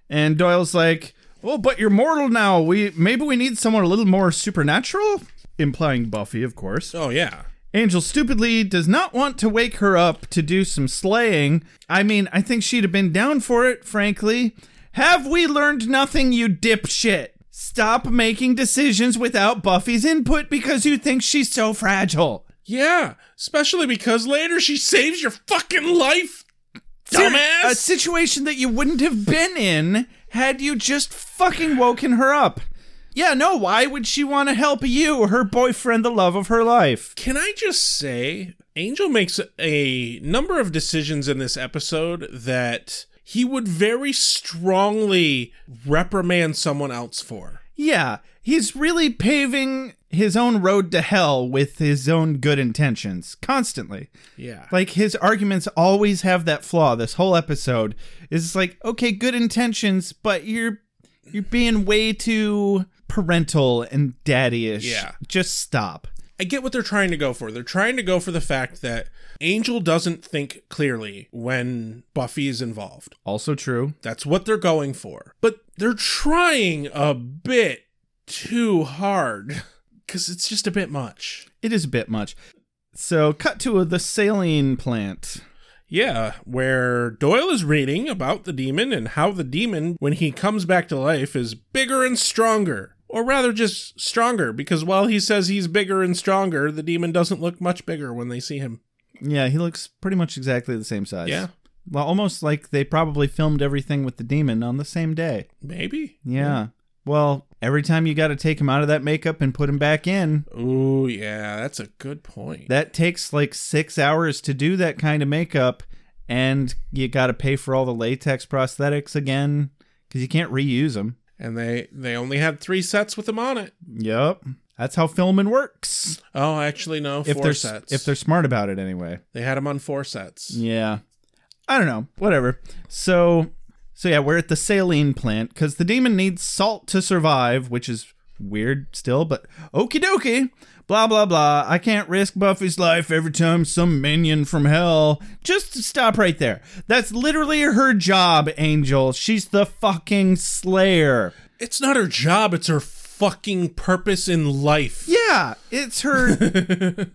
Speaker 8: and Doyle's like, well, but you're mortal now. We maybe we need someone a little more supernatural, implying Buffy, of course.
Speaker 1: Oh yeah.
Speaker 8: Angel stupidly does not want to wake her up to do some slaying. I mean, I think she'd have been down for it, frankly. Have we learned nothing, you dipshit? Stop making decisions without Buffy's input because you think she's so fragile.
Speaker 1: Yeah. Especially because later she saves your fucking life.
Speaker 8: uh,
Speaker 1: Dumbass.
Speaker 8: A situation that you wouldn't have been in had you just fucking woken her up. Yeah, no, why would she want to help you, her boyfriend, the love of her life?
Speaker 1: Can I just say, Angel makes a number of decisions in this episode that he would very strongly reprimand someone else for.
Speaker 8: Yeah, he's really paving his own road to hell with his own good intentions constantly.
Speaker 1: Yeah.
Speaker 8: Like his arguments always have that flaw. This whole episode is like, okay, good intentions, but you're you're being way too parental and daddy-ish.
Speaker 1: Yeah.
Speaker 8: Just stop.
Speaker 1: I get what they're trying to go for. They're trying to go for the fact that Angel doesn't think clearly when Buffy is involved.
Speaker 8: Also true.
Speaker 1: That's what they're going for. But they're trying a bit too hard because it's just a bit much.
Speaker 8: It is a bit much. So cut to the saline plant.
Speaker 1: Yeah, where Doyle is reading about the demon and how the demon, when he comes back to life, is bigger and stronger. Or rather, just stronger, because while he says he's bigger and stronger, the demon doesn't look much bigger when they see him.
Speaker 8: Yeah, he looks pretty much exactly the same size.
Speaker 1: Yeah.
Speaker 8: Well, almost like they probably filmed everything with the demon on the same day.
Speaker 1: Maybe?
Speaker 8: Yeah. Well, every time you got to take him out of that makeup and put him back in,
Speaker 1: Oh, yeah, that's a good point.
Speaker 8: that takes like six hours to do that kind of makeup. And you got to pay for all the latex prosthetics again because you can't reuse them.
Speaker 1: and they, they only had three sets with him on it.
Speaker 8: Yep. That's how filming works.
Speaker 1: Oh, actually, no,
Speaker 8: if
Speaker 1: four
Speaker 8: they're,
Speaker 1: sets.
Speaker 8: If they're smart about it, anyway.
Speaker 1: they had him on four sets.
Speaker 8: Yeah. I don't know. Whatever. So so yeah, we're at the saline plant cuz the demon needs salt to survive, which is weird still, but okie dokie. Blah blah blah. I can't risk Buffy's life every time some minion from hell. Just stop right there. That's literally her job, Angel. She's the fucking slayer.
Speaker 1: It's not her job, it's her fucking purpose in life.
Speaker 8: Yeah, it's her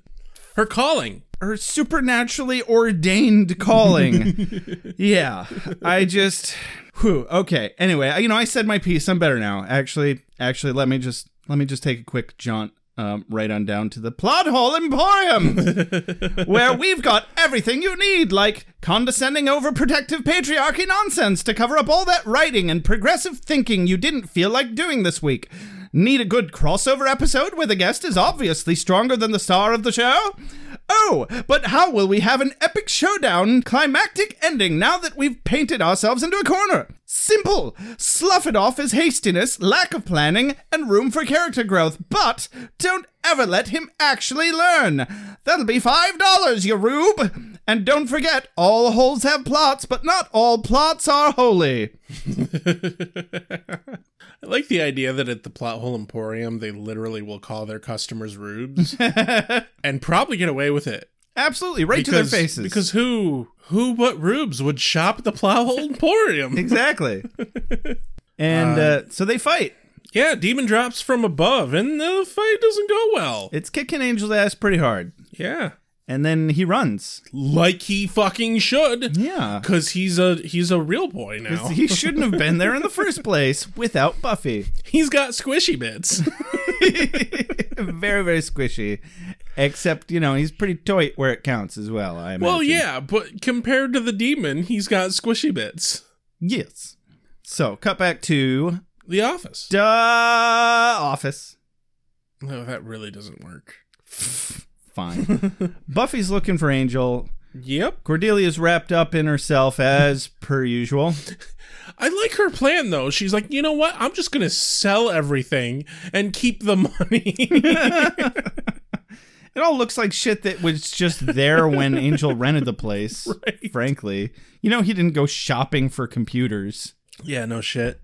Speaker 1: Her calling.
Speaker 8: her supernaturally ordained calling. yeah, I just. Whew, okay. Anyway, I- you know, I said my piece. I'm better now. Actually, actually, let me just let me just take a quick jaunt um, right on down to the plot hole emporium, where we've got everything you need, like condescending, overprotective patriarchy nonsense to cover up all that writing and progressive thinking you didn't feel like doing this week. Need a good crossover episode where the guest is obviously stronger than the star of the show? Oh, but how will we have an epic showdown climactic ending now that we've painted ourselves into a corner? Simple! Slough it off as hastiness, lack of planning, and room for character growth, but don't ever let him actually learn. That'll be $5, you rube! And don't forget, all holes have plots, but not all plots are holy.
Speaker 1: I like the idea that at the Plot Hole Emporium, they literally will call their customers rubes and probably get away with it.
Speaker 8: Absolutely, right
Speaker 1: because,
Speaker 8: to their faces.
Speaker 1: Because who, who but Rubes would shop the Plowhole Emporium?
Speaker 8: exactly. and uh, so they fight.
Speaker 1: Yeah, demon drops from above, and the fight doesn't go well.
Speaker 8: It's kicking Angel's ass pretty hard.
Speaker 1: Yeah,
Speaker 8: and then he runs
Speaker 1: like he fucking should.
Speaker 8: Yeah,
Speaker 1: because he's a he's a real boy now.
Speaker 8: He shouldn't have been there in the first place without Buffy.
Speaker 1: He's got squishy bits.
Speaker 8: very very squishy. Except you know he's pretty toit where it counts as well. I imagine.
Speaker 1: well yeah, but compared to the demon, he's got squishy bits.
Speaker 8: Yes. So cut back to
Speaker 1: The Office.
Speaker 8: Duh office.
Speaker 1: No, that really doesn't work.
Speaker 8: Fine. Buffy's looking for Angel.
Speaker 1: Yep.
Speaker 8: Cordelia's wrapped up in herself as per usual.
Speaker 1: I like her plan though. She's like, you know what? I'm just gonna sell everything and keep the money.
Speaker 8: It all looks like shit that was just there when Angel rented the place,
Speaker 1: Right.
Speaker 8: frankly. You know, he didn't go shopping for computers.
Speaker 1: yeah, no shit.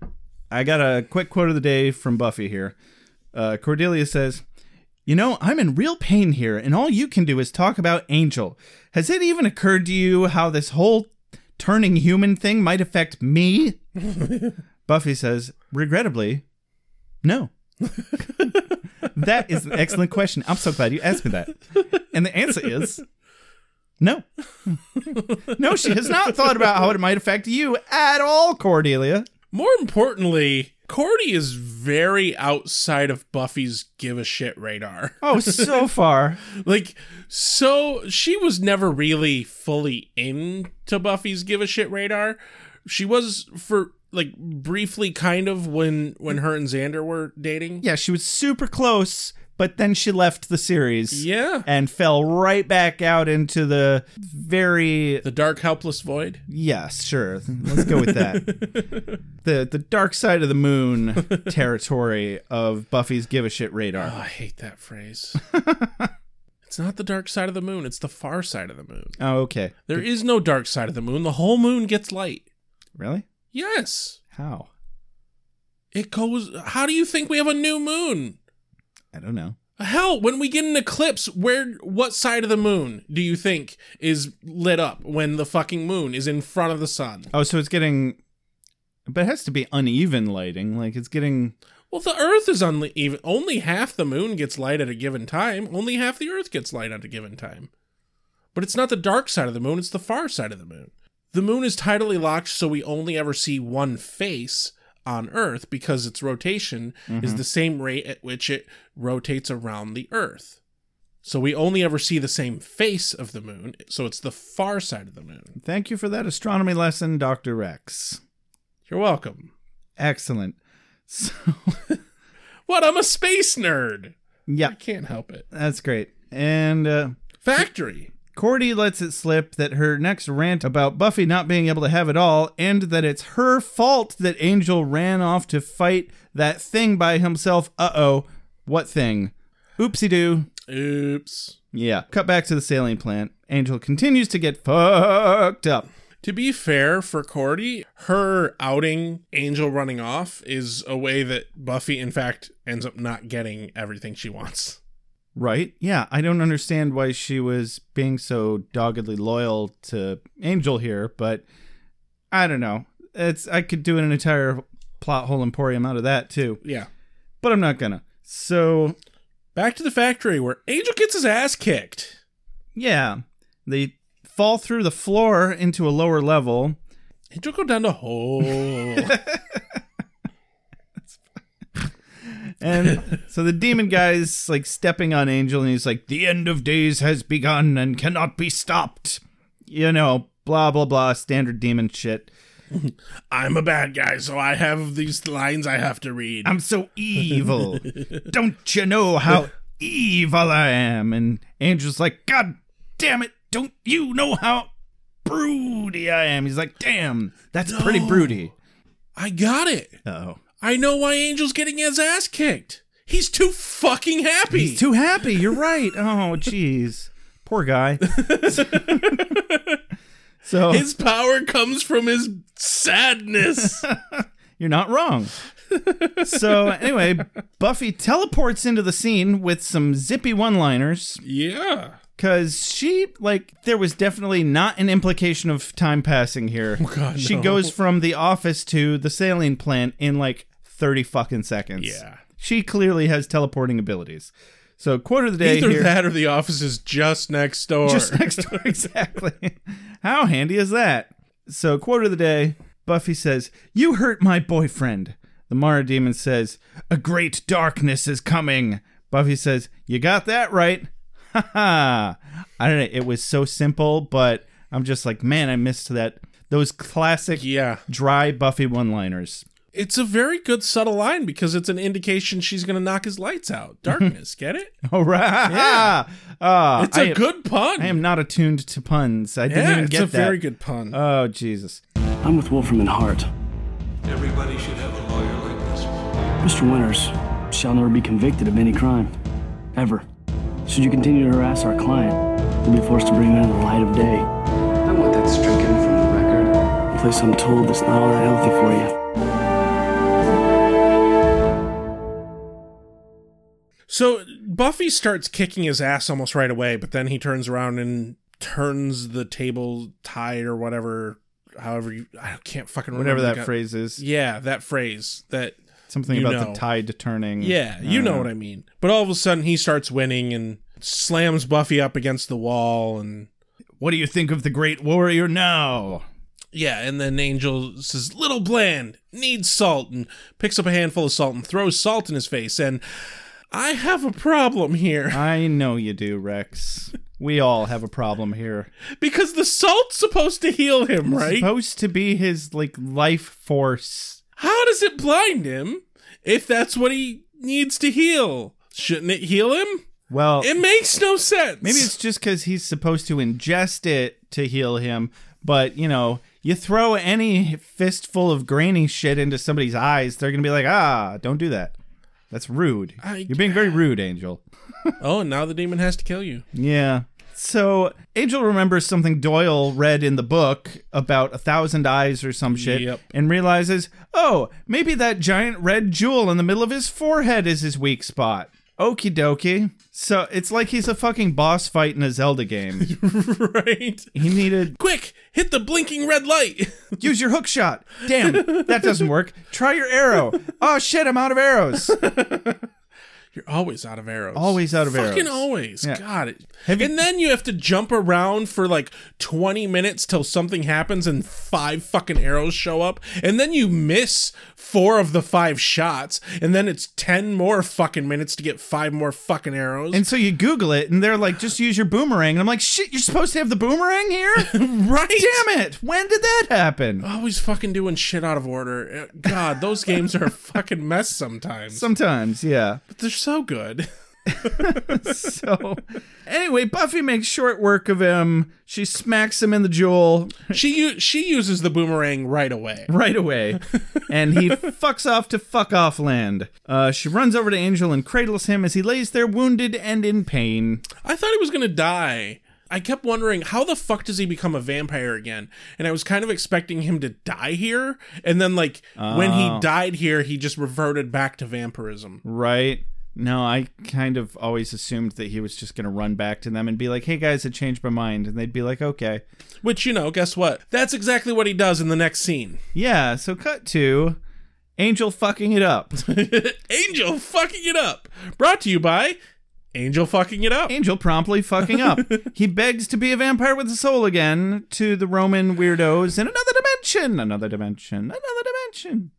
Speaker 8: I got a quick quote of the day from Buffy here. Uh, Cordelia says, You know, I'm in real pain here, and all you can do is talk about Angel. Has it even occurred to you how this whole turning human thing might affect me? Buffy says, Regrettably, no. that is an excellent question. I'm so glad you asked me that. And the answer is no. no, she has not thought about how it might affect you at all, Cordelia.
Speaker 1: More importantly, Cordy is very outside of Buffy's give a shit radar.
Speaker 8: Oh, so far.
Speaker 1: Like, so she was never really fully into Buffy's give a shit radar. She was for like briefly kind of when when her and Xander were dating.
Speaker 8: Yeah, she was super close, but then she left the series.
Speaker 1: Yeah.
Speaker 8: And fell right back out into the very
Speaker 1: The dark helpless void.
Speaker 8: yes, sure. Let's go with that. the the dark side of the moon territory of Buffy's give a shit
Speaker 1: Oh,
Speaker 8: radar.
Speaker 1: I hate that phrase. it's not the dark side of the moon, it's the far side of the moon.
Speaker 8: Oh, okay.
Speaker 1: There is no dark side of the moon. The whole moon gets light.
Speaker 8: Really?
Speaker 1: Yes.
Speaker 8: How?
Speaker 1: It goes How do you think we have a new moon?
Speaker 8: I don't know.
Speaker 1: Hell, when we get an eclipse, where what side of the moon do you think is lit up when the fucking moon is in front of the sun?
Speaker 8: Oh, so it's getting but it has to be uneven lighting. Like it's getting
Speaker 1: Well, the earth is uneven. Only half the moon gets light at a given time. Only half the earth gets light at a given time. But it's not the dark side of the moon, it's the far side of the moon. The moon is tidally locked, so we only ever see one face on earth because its rotation is the same rate at which it rotates around the earth. So we only ever see the same face of the moon, so it's the far side of the moon.
Speaker 8: Thank you for that astronomy lesson, Dr. Rex.
Speaker 1: You're welcome.
Speaker 8: Excellent. So
Speaker 1: What? I'm a space nerd.
Speaker 8: yeah,
Speaker 1: I can't help it.
Speaker 8: that's great. And uh
Speaker 1: Factory.
Speaker 8: Cordy lets it slip that her next rant about Buffy not being able to have it all and that it's her fault that Angel ran off to fight that thing by himself. Uh oh. What thing? Oopsie doo.
Speaker 1: Oops.
Speaker 8: Yeah. Cut back to the saline plant. Angel continues to get fucked up.
Speaker 1: To be fair for Cordy, her outing Angel running off is a way that Buffy, in fact, ends up not getting everything she wants.
Speaker 8: Right? Yeah. I don't understand why she was being so doggedly loyal to Angel here, but I don't know. It's I could do an entire plot hole emporium out of that too,
Speaker 1: Yeah.
Speaker 8: but I'm not gonna. So
Speaker 1: Back to the factory where Angel gets his ass kicked.
Speaker 8: Yeah. They fall through the floor into a lower level.
Speaker 1: Angel go down the hole.
Speaker 8: And so the demon guy's like stepping on Angel and he's like, The end of days has begun and cannot be stopped. You know, blah, blah, blah, standard demon shit.
Speaker 1: I'm a bad guy, so I have these lines I have to read.
Speaker 8: I'm so evil. don't you know how evil I am? And Angel's like, God damn it. Don't you know how broody I am? He's like, Damn, that's pretty
Speaker 1: No.
Speaker 8: broody.
Speaker 1: I got it.
Speaker 8: Oh.
Speaker 1: I know why Angel's getting his ass kicked. He's too fucking happy.
Speaker 8: He's too happy. You're right. Oh, jeez. Poor guy. so
Speaker 1: his power comes from his sadness.
Speaker 8: you're not wrong. So anyway, Buffy teleports into the scene with some zippy one-liners.
Speaker 1: yeah.
Speaker 8: Cause she like there was definitely not an implication of time passing here.
Speaker 1: Oh, God,
Speaker 8: she
Speaker 1: no.
Speaker 8: goes from the office to the saline plant in like thirty fucking seconds.
Speaker 1: Yeah.
Speaker 8: she clearly has teleporting abilities. So quote of the day
Speaker 1: Either
Speaker 8: here,
Speaker 1: that or the office is just next door.
Speaker 8: just next door exactly. How handy is that? So quote of the day: Buffy says, "You hurt my boyfriend." The Mara demon says, "A great darkness is coming." Buffy says, "You got that right." Ha ha! I don't know. It was so simple, but I'm just like, man, I missed that. Those classic,
Speaker 1: Yeah.
Speaker 8: dry Buffy one-liners.
Speaker 1: It's a very good subtle line because it's an indication she's going to knock his lights out. Darkness, get it?
Speaker 8: All right.
Speaker 1: Yeah.
Speaker 8: Ah,
Speaker 1: It's a
Speaker 8: I-
Speaker 1: good pun.
Speaker 8: I am not attuned to puns. I didn't
Speaker 1: yeah,
Speaker 8: even
Speaker 1: it's
Speaker 8: get
Speaker 1: a
Speaker 8: that.
Speaker 1: very good pun.
Speaker 8: Oh Jesus!
Speaker 6: I'm with Wolfram and Hart.
Speaker 5: Everybody should have a lawyer like this.
Speaker 6: Mr. Winters shall never be convicted of any crime. Ever. Should you continue to harass our client, we'll be forced to bring him into the light of day. I want that stricken from the record. A place I'm told that's not all that healthy for you.
Speaker 1: So Buffy starts kicking his ass almost right away, but then he turns around and turns the table tide or whatever, however you, I can't fucking remember
Speaker 8: Whatever that
Speaker 1: the-
Speaker 8: phrase is,
Speaker 1: Yeah, that phrase that.
Speaker 8: something
Speaker 1: you
Speaker 8: about
Speaker 1: know.
Speaker 8: the tide turning.
Speaker 1: Yeah, you
Speaker 8: Uh.
Speaker 1: know what I mean. But all of a sudden, he starts winning and slams Buffy up against the wall, and
Speaker 8: What do you think of the great warrior now?
Speaker 1: yeah, and then Angel says, "Little bland needs salt," and picks up a handful of salt and throws salt in his face. And I have a problem here.
Speaker 8: I know you do, Rex. We all have a problem here.
Speaker 1: because the salt's supposed to heal him, right?
Speaker 8: Supposed to be his like life force.
Speaker 1: How does it blind him if that's what he needs to heal? Shouldn't it heal him?
Speaker 8: Well,
Speaker 1: It makes no sense.
Speaker 8: Oh. maybe it's just because he's supposed to ingest it to heal him. But you know, you throw any fistful of grainy shit into somebody's eyes, they're gonna be like, ah, don't do that. That's rude.
Speaker 1: I-
Speaker 8: You're being very rude, Angel.
Speaker 1: oh, and now the demon has to kill you.
Speaker 8: Yeah. So Angel remembers something Doyle read in the book about a thousand eyes or some shit,
Speaker 1: Yep.
Speaker 8: and realizes, oh, maybe that giant red jewel in the middle of his forehead is his weak spot. Okie dokie. So it's like he's a fucking boss fight in a Zelda game.
Speaker 1: right?
Speaker 8: he needed
Speaker 1: Quick, hit the blinking red light.
Speaker 8: use your hook shot. Damn, that doesn't work. Try your arrow. Oh shit, I'm out of arrows.
Speaker 1: You're always out of arrows.
Speaker 8: Always out of
Speaker 1: Fucking
Speaker 8: arrows.
Speaker 1: always.
Speaker 8: Yeah.
Speaker 1: God. it-
Speaker 8: Have you-
Speaker 1: and then you have to jump around for like 20 minutes till something happens and five fucking arrows show up. And then you miss four of the five shots. And then it's 10 more fucking minutes to get five more fucking arrows.
Speaker 8: And so you Google it, and they're like, just use your boomerang. And I'm like, shit, you're supposed to have the boomerang here?
Speaker 1: right?
Speaker 8: Damn it! When did that happen?
Speaker 1: Always fucking doing shit out of order. Uh, God, those games are a fucking mess sometimes.
Speaker 8: Sometimes, yeah.
Speaker 1: but they're so good.
Speaker 8: So, anyway, Buffy makes short work of him. She smacks him in the jewel
Speaker 1: She u- she uses the boomerang right away.
Speaker 8: right away, and he fucks off to fuck off land. Uh, she runs over to Angel and cradles him as he lays there wounded and in pain.
Speaker 1: I thought he was gonna die. I kept wondering how the fuck does he become a vampire again? And I was kind of expecting him to die here, and then like when he died here, he just reverted back to vampirism.
Speaker 8: Right? No, I kind of always assumed that he was just going to run back to them and be like, hey guys, I changed my mind. And they'd be like, okay.
Speaker 1: Which you know, guess what? That's exactly what he does in the next scene.
Speaker 8: Yeah, so cut to Angel fucking it up.
Speaker 1: Angel fucking it up. Brought to you by Angel fucking it up.
Speaker 8: Angel promptly fucking up. he begs to be a vampire with a soul again to the Roman weirdos in another dimension, another dimension, another dimension.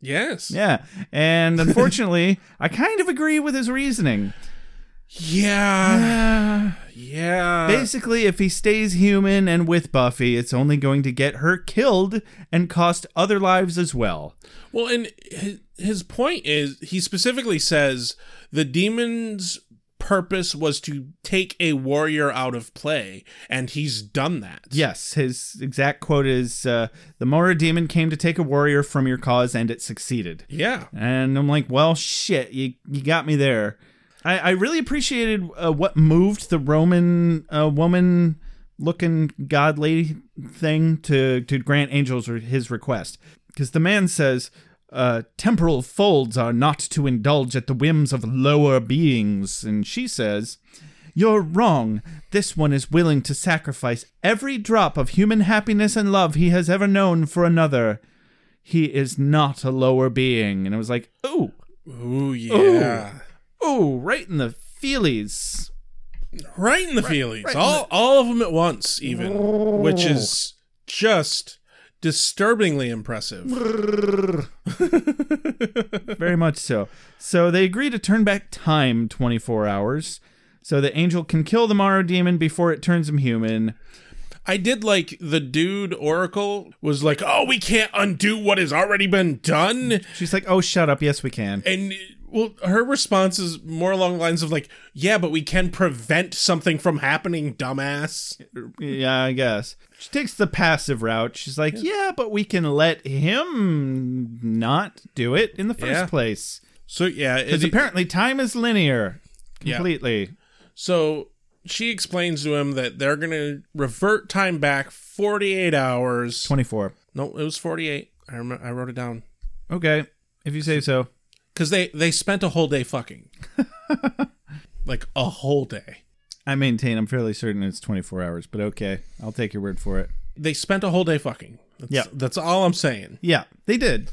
Speaker 1: Yes.
Speaker 8: Yeah. And unfortunately, I kind of agree with his reasoning.
Speaker 1: Yeah.
Speaker 8: Uh,
Speaker 1: Yeah.
Speaker 8: Basically, if he stays human and with Buffy, it's only going to get her killed and cost other lives as well.
Speaker 1: Well, and his, his point is he specifically says the demon's purpose was to take a warrior out of play, and he's done that.
Speaker 8: Yes, his exact quote is uh, The Mora demon came to take a warrior from your cause, and it succeeded.
Speaker 1: Yeah.
Speaker 8: And I'm like, well, shit, you, you got me there. I, I really appreciated uh, what moved the Roman uh, woman looking god lady thing to, to grant Angel's or his request. Because the man says, uh, temporal folds are not to indulge at the whims of lower beings. And she says, You're wrong. This one is willing to sacrifice every drop of human happiness and love he has ever known for another. He is not a lower being. And I was like, ooh.
Speaker 1: Ooh, yeah.
Speaker 8: Ooh, ooh right in the feelies.
Speaker 1: Right in the
Speaker 8: Right-
Speaker 1: feelies.
Speaker 8: right in
Speaker 1: all
Speaker 8: the-
Speaker 1: all of them at once, even, which is just disturbingly impressive.
Speaker 8: Very much so. So they agree to turn back time 24 hours so the angel can kill the Morrow demon before it turns him human.
Speaker 1: I did like the dude Oracle was like, "Oh, we can't undo what has already been done."
Speaker 8: She's like, oh, shut up. Yes, we can.
Speaker 1: And well, her response is more along the lines of like, "Yeah, but we can prevent something from happening, dumbass."
Speaker 8: Yeah, I guess. She takes the passive route. She's like, yeah, but we can let him not do it in the first
Speaker 1: Yeah.
Speaker 8: place.
Speaker 1: So yeah,
Speaker 8: Because
Speaker 1: it, e-
Speaker 8: apparently time is linear
Speaker 1: Yeah.
Speaker 8: completely.
Speaker 1: so she explains to him that they're going to revert time back 48 hours.
Speaker 8: 24.
Speaker 1: No, it was 48. I remember I wrote it down.
Speaker 8: Okay, if you say so.
Speaker 1: Cuz they they spent a whole day fucking. like a whole day.
Speaker 8: I maintain I'm fairly certain it's 24 hours, but okay. I'll take your word for it.
Speaker 1: They spent a whole day fucking. That's,
Speaker 8: Yeah.
Speaker 1: that's all I'm saying.
Speaker 8: Yeah, they did.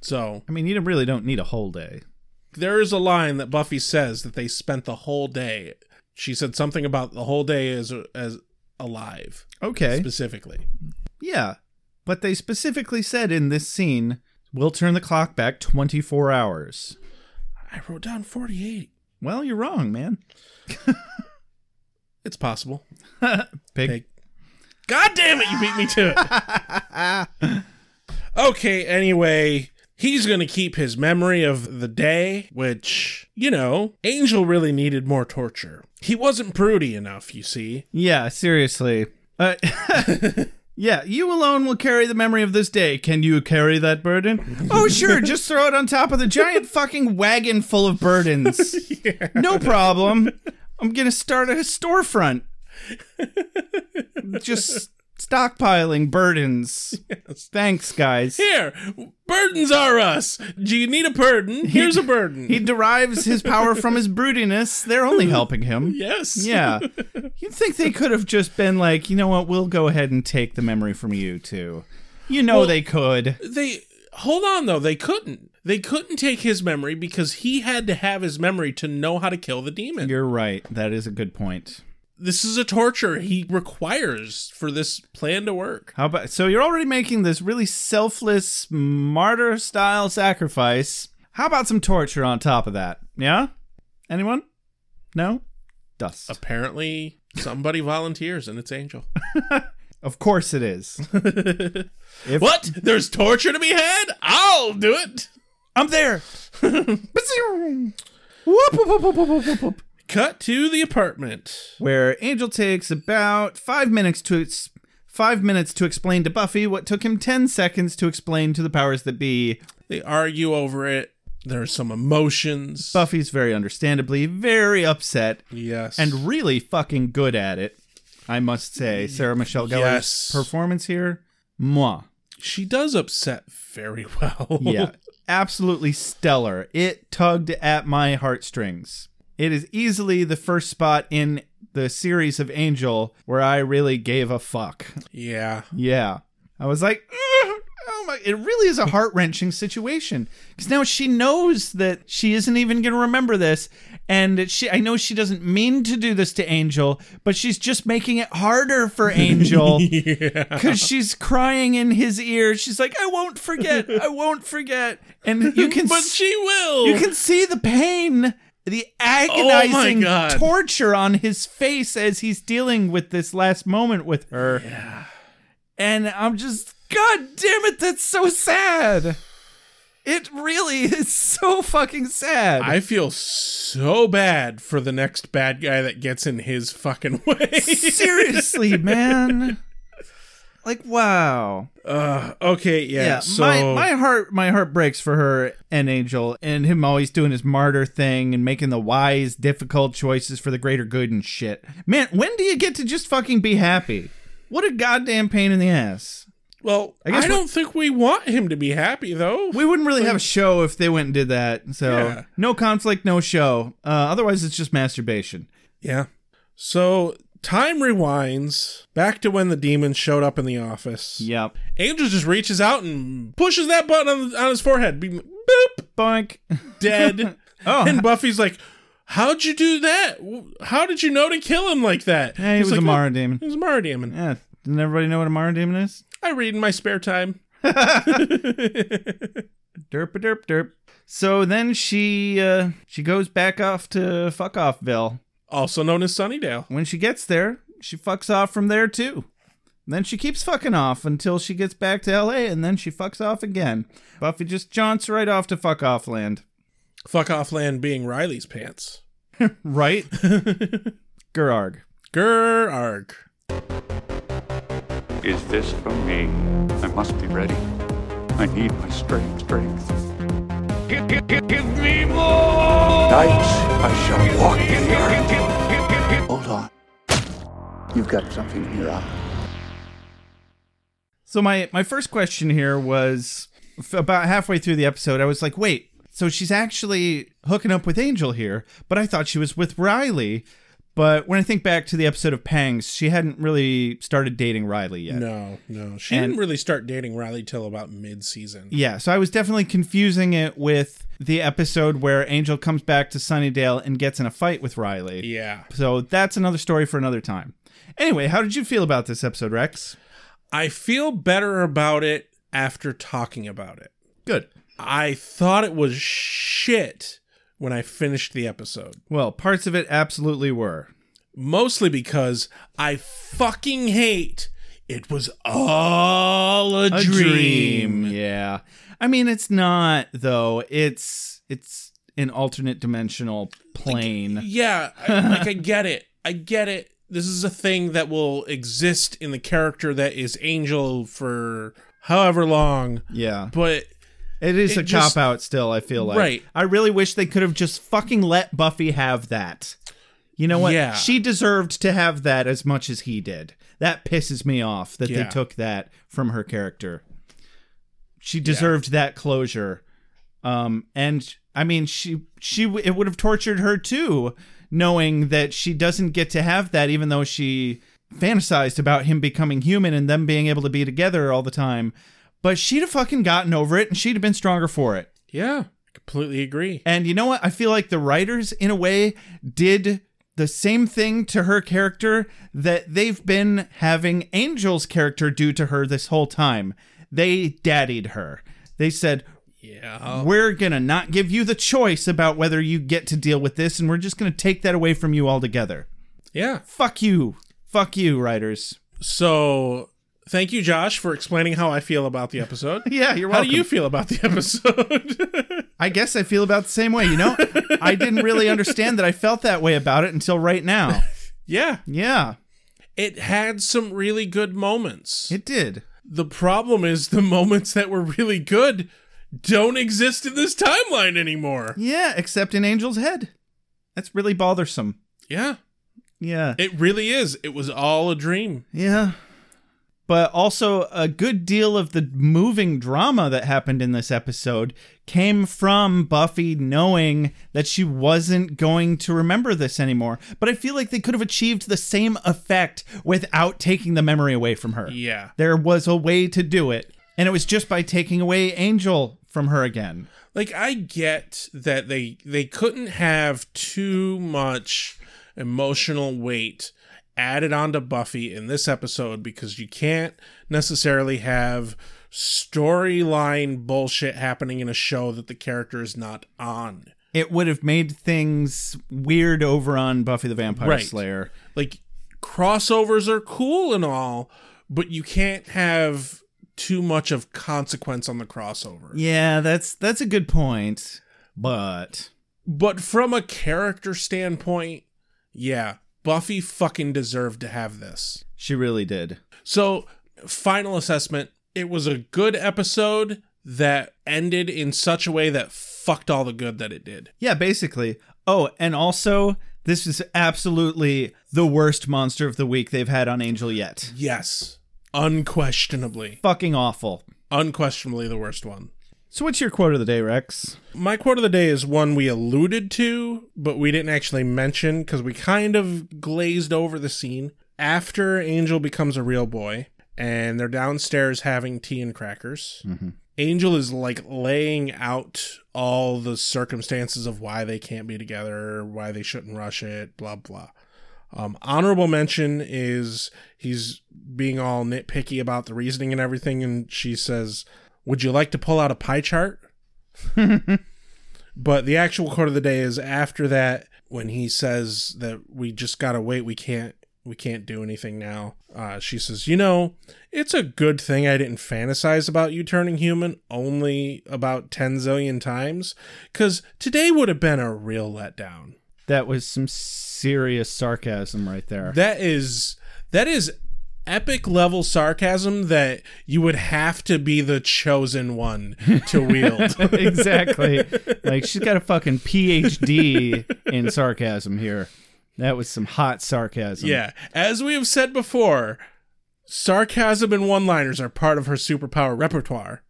Speaker 1: So,
Speaker 8: I mean, you don't- really don't need a whole day.
Speaker 1: there is a line that Buffy says that they spent the whole day. She said something about the whole day as as alive
Speaker 8: Okay.
Speaker 1: specifically.
Speaker 8: yeah. But they specifically said in this scene, we'll turn the clock back 24 hours.
Speaker 1: I wrote down 48.
Speaker 8: Well, you're wrong, man.
Speaker 1: It's possible.
Speaker 8: Pig.
Speaker 1: Pig. God damn it, you beat me to it. okay, anyway, he's going to keep his memory of the day, which, you know, Angel really needed more torture. He wasn't prudy enough, you see.
Speaker 8: Yeah, seriously. Uh, yeah, you alone will carry the memory of this day. Can you carry that burden? oh, sure. Just throw it on top of the giant fucking wagon full of burdens. No problem. I'm going to start a storefront. Just stockpiling burdens. Thanks, guys.
Speaker 1: Here, burdens are us. Do you need a burden? Here's a burden.
Speaker 8: He derives his power from his broodiness. They're only helping him.
Speaker 1: yes.
Speaker 8: Yeah. You'd think they could have just been like, you know what, we'll go ahead and take the memory from you too. You know
Speaker 1: Well-
Speaker 8: they could.
Speaker 1: They hold on though. They couldn't. They couldn't take his memory because he had to have his memory to know how to kill the demon.
Speaker 8: You're right. That is a good point.
Speaker 1: this is a torture he requires for this plan to work.
Speaker 8: How about so you're already making this really selfless martyr style sacrifice. How about some torture on top of that? Yeah? Anyone? No? Dust.
Speaker 1: Apparently, somebody volunteers and it's Angel.
Speaker 8: Of course it is.
Speaker 1: What? There's torture to be had? I'll do it.
Speaker 8: I'm there. Whoop, whoop, whoop, whoop, whoop, whoop, whoop.
Speaker 1: Cut to the apartment.
Speaker 8: where Angel takes about five minutes to ex- five minutes to explain to Buffy what took him ten seconds to explain to the powers that be.
Speaker 1: They argue over it. There's some emotions.
Speaker 8: Buffy's very understandably very upset
Speaker 1: yes.
Speaker 8: and really fucking good at it. I must say, Sarah Michelle Gellar's
Speaker 1: Yes.
Speaker 8: performance here, moi,
Speaker 1: she does upset very well.
Speaker 8: yeah, absolutely stellar. It tugged at my heartstrings. It is easily the first spot in the series of Angel where I really gave a fuck.
Speaker 1: yeah.
Speaker 8: Yeah. I was like, "Ugh, oh my, it really is a heart wrenching situation. Because now she knows that she isn't even going to remember this. And that she, I know she doesn't mean to do this to Angel, but she's just making it harder for Angel. Because she's crying in his ear. She's like, I won't forget. I won't forget. And you can,
Speaker 1: But
Speaker 8: s-
Speaker 1: she will.
Speaker 8: you can see the pain. The agonizing
Speaker 1: Oh God.
Speaker 8: torture on his face as he's dealing with this last moment with her. And I'm just, God damn it, that's so sad. It really is so fucking sad.
Speaker 1: I feel so bad for the next bad guy that gets in his fucking way.
Speaker 8: Seriously, man. Like, wow.
Speaker 1: Uh, okay, yeah. so
Speaker 8: my, my heart my heart breaks for her and Angel and him always doing his martyr thing and making the wise, difficult choices for the greater good and shit. Man, when do you get to just fucking be happy? What a goddamn pain in the ass.
Speaker 1: well, I,
Speaker 8: I guess we-
Speaker 1: don't think we want him to be happy though.
Speaker 8: We wouldn't really have a show if they went and did that. So
Speaker 1: Yeah.
Speaker 8: no conflict, no show. Uh, otherwise, it's just masturbation.
Speaker 1: Yeah. So time rewinds back to when the demon showed up in the office.
Speaker 8: Yep.
Speaker 1: Angel just reaches out and pushes that button on, on his forehead. Be- Boop.
Speaker 8: Boink.
Speaker 1: Dead.
Speaker 8: Oh.
Speaker 1: And Buffy's like, How'd you do that? How did you know to kill him like that?
Speaker 8: Yeah, he
Speaker 1: He's
Speaker 8: was
Speaker 1: like,
Speaker 8: a Mara
Speaker 1: "Oh,
Speaker 8: demon.
Speaker 1: He was a Mara demon.
Speaker 8: Yeah. Doesn't Eh, everybody know what a Mara demon is?
Speaker 1: I read in my spare time.
Speaker 8: Derp a derp derp. So then she uh, she goes back off to fuck offville.
Speaker 1: Also known as Sunnydale.
Speaker 8: When she gets there, she fucks off from there too. And then she keeps fucking off until she gets back to LA and then she fucks off again. Buffy just jaunts right off to fuck off land.
Speaker 1: Fuck off land being Riley's pants.
Speaker 8: Right? Gerarg.
Speaker 1: Grr arg.
Speaker 12: Is this for me? I must be ready. I need my strength, strength. Give, give, give, give me more! Night, I shall walk in the earth.
Speaker 9: Hold on. You've got something in your eye.
Speaker 8: So my my first question here was f- about halfway through the episode. I was like, wait, so she's actually hooking up with Angel here, but I thought she was with Riley. But when I think back to the episode of Pangs, she hadn't really started dating Riley yet.
Speaker 1: No, no. She
Speaker 8: And-
Speaker 1: didn't really start dating Riley till about mid season.
Speaker 8: Yeah, so I was definitely confusing it with the episode where Angel comes back to Sunnydale and gets in a fight with Riley.
Speaker 1: Yeah.
Speaker 8: So that's another story for another time. Anyway, how did you feel about this episode, Rex?
Speaker 1: I feel better about it after talking about it.
Speaker 8: Good.
Speaker 1: I thought it was shit when I finished the episode.
Speaker 8: Well, parts of it absolutely were.
Speaker 1: Mostly because I fucking hate it was all a, dream.
Speaker 8: Yeah. I mean, it's not though. It's it's an alternate dimensional plane.
Speaker 1: Yeah, I, like I get it. I get it. This is a thing that will exist in the character that is Angel for however long,
Speaker 8: yeah.
Speaker 1: but
Speaker 8: It is
Speaker 1: it
Speaker 8: a
Speaker 1: just-
Speaker 8: cop out still, I feel like.
Speaker 1: Right.
Speaker 8: I really wish they could have just fucking let Buffy have that. You know what?
Speaker 1: Yeah.
Speaker 8: She deserved to have that as much as he did. That pisses me off that
Speaker 1: Yeah.
Speaker 8: they took that from her character. She deserved that closure. Um and I mean she she w- it would have tortured her too knowing that she doesn't get to have that even though she fantasized about him becoming human and them being able to be together all the time. But she'd have fucking gotten over it and she'd have been stronger for it.
Speaker 1: yeah, completely agree.
Speaker 8: And you know what? I feel like the writers, in a way, did the same thing to her character that they've been having Angel's character do to her this whole time. They daddied her. They said,
Speaker 1: Yeah.
Speaker 8: We're going to not give you the choice about whether you get to deal with this, and we're just going to take that away from you altogether.
Speaker 1: Yeah.
Speaker 8: Fuck you. Fuck you, writers.
Speaker 1: So, thank you Josh for explaining how I feel about the episode.
Speaker 8: Yeah, you're
Speaker 1: How
Speaker 8: welcome.
Speaker 1: do you feel about the episode?
Speaker 8: I guess I feel about the same way. You know, I didn't really understand that I felt that way about it until right now.
Speaker 1: yeah,
Speaker 8: Yeah,
Speaker 1: it had some really good moments.
Speaker 8: it did.
Speaker 1: the problem is the moments that were really good don't exist in this timeline anymore.
Speaker 8: Yeah, except in Angel's head. That's really bothersome.
Speaker 1: Yeah,
Speaker 8: Yeah.
Speaker 1: it really is. It was all a dream.
Speaker 8: yeah. But also, a good deal of the moving drama that happened in this episode came from Buffy knowing that she wasn't going to remember this anymore. But I feel like they could have achieved the same effect without taking the memory away from her.
Speaker 1: Yeah.
Speaker 8: There was a way to do it, and it was just by taking away Angel from her again.
Speaker 1: Like I get that they they couldn't have too much emotional weight added onto Buffy in this episode because you can't necessarily have storyline bullshit happening in a show that the character is not on.
Speaker 8: it would have made things weird over on Buffy the Vampire
Speaker 1: Right.
Speaker 8: Slayer.
Speaker 1: like crossovers are cool and all, but you can't have too much of consequence on the crossover.
Speaker 8: Yeah, that's that's a good point. But
Speaker 1: But from a character standpoint, yeah, Buffy fucking deserved to have this.
Speaker 8: she really did.
Speaker 1: So, final assessment it was a good episode that ended in such a way that fucked all the good that it did.
Speaker 8: Yeah, basically. Oh, and also this is absolutely the worst monster of the week they've had on Angel yet.
Speaker 1: Yes, unquestionably.
Speaker 8: Fucking awful.
Speaker 1: Unquestionably the worst one.
Speaker 8: So, what's your quote of the day, Rex?
Speaker 1: My quote of the day is one we alluded to, but we didn't actually mention because we kind of glazed over the scene. After Angel becomes a real boy and they're downstairs having tea and crackers,
Speaker 8: Mhm.
Speaker 1: Angel is like laying out all the circumstances of why they can't be together, why they shouldn't rush it, blah, blah. Um, honorable mention is he's being all nitpicky about the reasoning and everything, and she says, Would you like to pull out a pie chart? but the actual quote of the day is after that when he says that we just gotta wait, we can't we can't do anything now. Uh, she says, You know, it's a good thing I didn't fantasize about you turning human only about 10 zillion times, because today would have been a real letdown.
Speaker 8: That was some serious sarcasm right there.
Speaker 1: That is that is epic level sarcasm that you would have to be the chosen one to wield.
Speaker 8: exactly. Like she's got a fucking PhD in sarcasm here. That was some hot sarcasm.
Speaker 1: Yeah. As we have said before, sarcasm and one-liners are part of her superpower repertoire.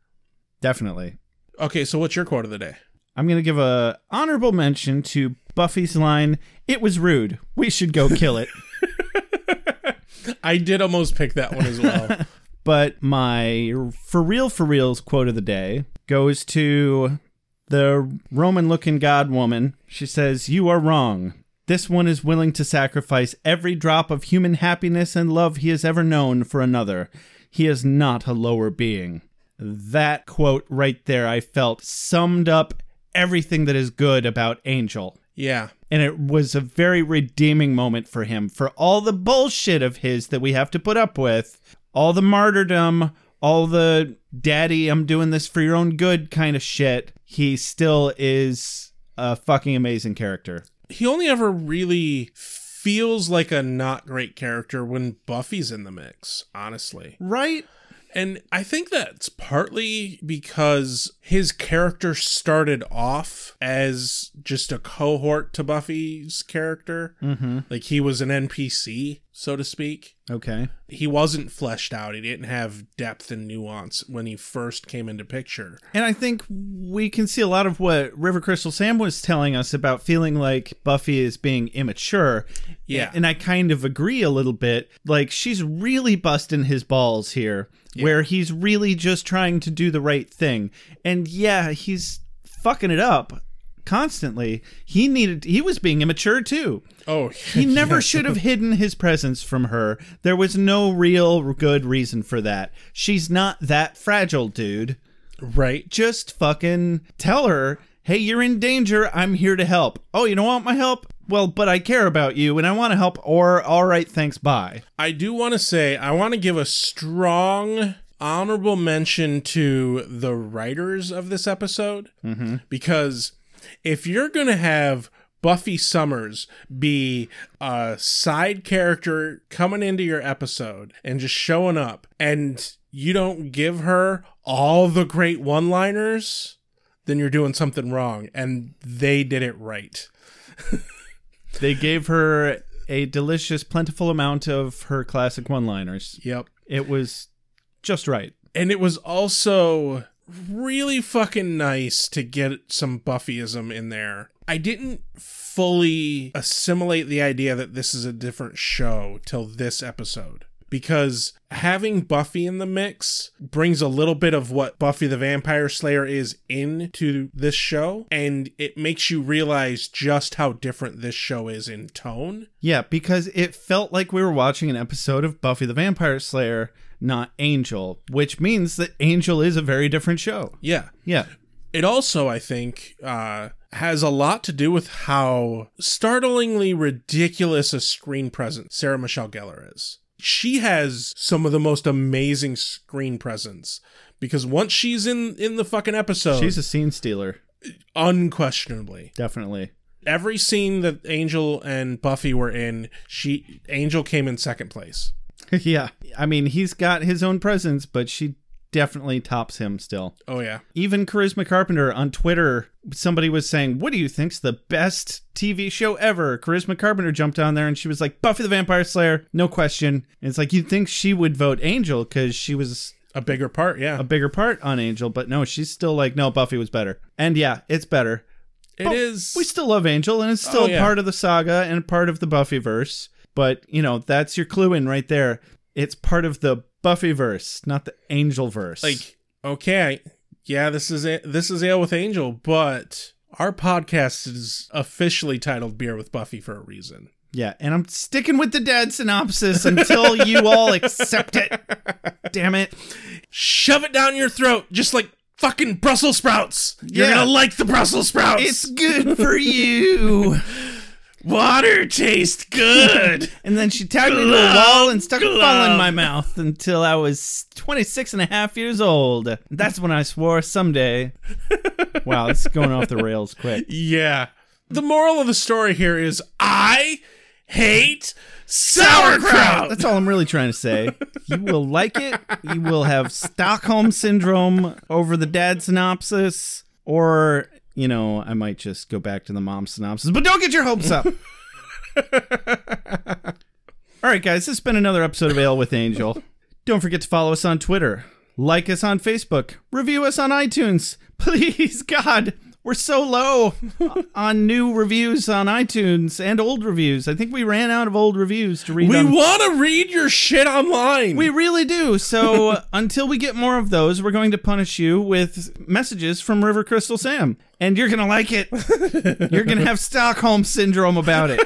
Speaker 8: Definitely.
Speaker 1: Okay, so what's your quote of the day?
Speaker 8: I'm going to give a honorable mention to Buffy's line, "It was rude. We should go kill it."
Speaker 1: I did almost pick that one as well.
Speaker 8: but my for real for reals quote of the day goes to the Roman looking god woman. She says, You are wrong. This one is willing to sacrifice every drop of human happiness and love he has ever known for another. He is not a lower being. That quote right there, I felt, summed up everything that is good about Angel.
Speaker 1: yeah.
Speaker 8: And it was a very redeeming moment for him for all the bullshit of his that we have to put up with, all the martyrdom, all the daddy, I'm doing this for your own good kind of shit. He still is a fucking amazing character.
Speaker 1: He only ever really feels like a not great character when Buffy's in the mix, honestly.
Speaker 8: Right?
Speaker 1: And I think that's partly because his character started off as just a cohort to Buffy's character.
Speaker 8: Mm-hmm.
Speaker 1: Like he was an NPC, so to speak.
Speaker 8: Okay.
Speaker 1: He wasn't fleshed out. He didn't have depth and nuance when he first came into picture.
Speaker 8: And I think we can see a lot of what River Crystal Sam was telling us about feeling like Buffy is being immature.
Speaker 1: Yeah.
Speaker 8: And I kind of agree a little bit. Like she's really busting his balls here, where he's really just trying to do the right thing. And yeah, he's fucking it up constantly. He needed he was being immature too.
Speaker 1: Oh,
Speaker 8: He never should have hidden his presence from her. There was no real good reason for that. She's not that fragile, dude.
Speaker 1: Right.
Speaker 8: Just fucking tell her, hey, you're in danger. I'm here to help. Oh, you don't want my help? Well, but I care about you and I want to help, or all right, thanks, bye.
Speaker 1: I do want to say I want to give a strong honorable mention to the writers of this episode
Speaker 8: Mm-hmm.
Speaker 1: because if you're going to have Buffy Summers be a side character coming into your episode and just showing up and you don't give her all the great one-liners, then you're doing something wrong and they did it right.
Speaker 8: They gave her a delicious, plentiful amount of her classic one liners.
Speaker 1: Yep.
Speaker 8: It was just right.
Speaker 1: And it was also really fucking nice to get some Buffyism in there. I didn't fully assimilate the idea that this is a different show till this episode. Because having Buffy in the mix brings a little bit of what Buffy the Vampire Slayer is into this show, and it makes you realize just how different this show is in tone.
Speaker 8: Yeah, because it felt like we were watching an episode of Buffy the Vampire Slayer, not Angel, which means that Angel is a very different show.
Speaker 1: Yeah.
Speaker 8: Yeah.
Speaker 1: It also, I think, uh, has a lot to do with how startlingly ridiculous a screen presence Sarah Michelle Gellar is. She has some of the most amazing screen presence because once she's in in the fucking episode,
Speaker 8: She's a scene stealer,
Speaker 1: unquestionably
Speaker 8: definitely.
Speaker 1: every scene that Angel and Buffy were in, she Angel came in second place.
Speaker 8: yeah. I mean, he's got his own presence, but she definitely tops him still.
Speaker 1: Oh yeah,
Speaker 8: Even Charisma Carpenter on Twitter, somebody was saying, What do you think's the best TV show ever? Charisma Carpenter jumped on there and she was like, Buffy the Vampire Slayer, no question. And it's like, you'd think she would vote Angel because she was
Speaker 1: a bigger part, yeah.
Speaker 8: A bigger part on Angel, but no, she's still like, no, Buffy was better. And yeah, it's better.
Speaker 1: It
Speaker 8: It is.
Speaker 1: is-
Speaker 8: We still love Angel, and it's still
Speaker 1: Oh, yeah.
Speaker 8: part of the saga and part of the Buffyverse. But you know, that's your clue in right there. It's part of the Buffyverse, not the Angel verse.
Speaker 1: Like, okay, yeah, this is it. This is Ale with Angel, but our podcast is officially titled Beer with Buffy for a reason.
Speaker 8: yeah, and I'm sticking with the dad synopsis until you all accept it. Damn it!
Speaker 1: Shove it down your throat, just like fucking Brussels sprouts. You're
Speaker 8: Yeah.
Speaker 1: gonna like the Brussels sprouts.
Speaker 8: It's good for you.
Speaker 1: Water tastes good.
Speaker 8: and then she tagged me to a
Speaker 1: Glove,
Speaker 8: wall and stuck a
Speaker 1: glove.
Speaker 8: ball in my mouth until I was 26 and a half years old. That's when I swore someday. wow, it's going off the rails quick.
Speaker 1: yeah. The moral of the story here is I hate sauerkraut.
Speaker 8: That's all I'm really trying to say. You will like it. You will have Stockholm syndrome over the dad synopsis, or you know, I might just go back to the mom synopsis. But don't get your hopes up. all right, guys, this has been another episode of Ale with Angel. Don't forget to follow us on Twitter, like us on Facebook, review us on iTunes. Please, God, we're so low on new reviews on iTunes and old reviews. I think we ran out of old reviews to read.
Speaker 1: We
Speaker 8: on-
Speaker 1: want to read your shit online.
Speaker 8: we really do. So until we get more of those, we're going to punish you with messages from River Crystal Sam. And you're going to like it. you're going to have Stockholm syndrome about it.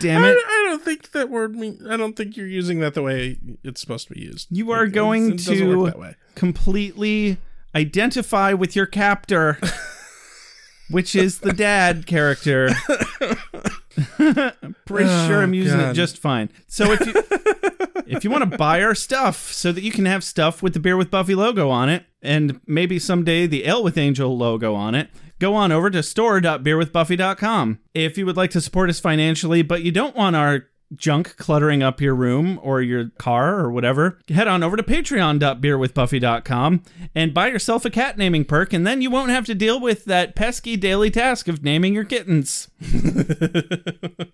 Speaker 8: Damn
Speaker 1: I,
Speaker 8: it.
Speaker 1: I don't think that word. Mean, I don't think you're using that the way it's supposed to be used.
Speaker 8: You are
Speaker 1: It- it
Speaker 8: going
Speaker 1: doesn't work that
Speaker 8: to
Speaker 1: way.
Speaker 8: completely identify with your captor, which is the dad character. I'm pretty
Speaker 1: Oh,
Speaker 8: sure I'm using
Speaker 1: God.
Speaker 8: it just fine. So if you if you want to buy our stuff so that you can have stuff with the beer with Buffy logo on it and maybe someday the ale with Angel logo on it, go on over to store.beerwithbuffy.com. If you would like to support us financially but you don't want our junk cluttering up your room or your car or whatever, head on over to patreon.beerwithbuffy.com and buy yourself a cat naming perk and then you won't have to deal with that pesky daily task of naming your kittens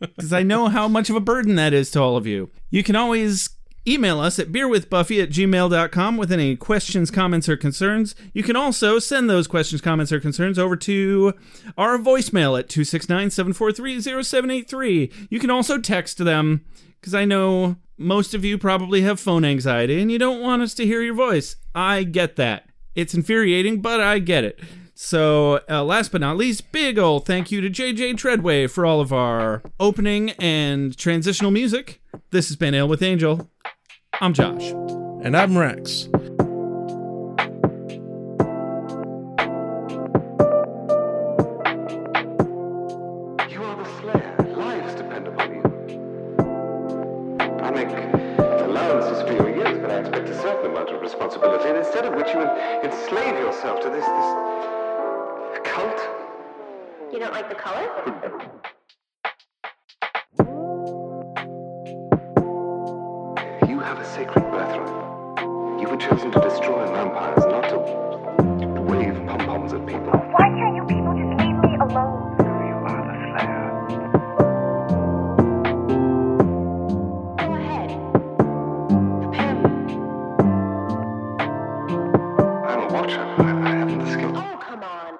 Speaker 8: because I know how much of a burden that is to all of you. You can always email us at beerwithbuffy at gmail.com with any questions, comments, or concerns. You can also send those questions, comments, or concerns over to our voicemail at 269 743 0783. You can also text them because I know most of you probably have phone anxiety and you don't want us to hear your voice. I get that. It's infuriating, but I get it. So, uh, last but not least, big ol' thank you to JJ Treadway for all of our opening and transitional music. This has been Ale with Angel. I'm Josh.
Speaker 1: And I'm Rex.
Speaker 13: You are the slayer. Lives depend upon you. I make allowances for your years, but I expect a certain amount of responsibility, and instead of which you en- enslave yourself to this this cult. You don't like the color? You have a sacred birthright. You were chosen to destroy vampires, not to to wave pom-poms at people. Why can't you people just leave me alone? You are the slayer. I'm a watcher. I, I haven't the skill. Oh, come on.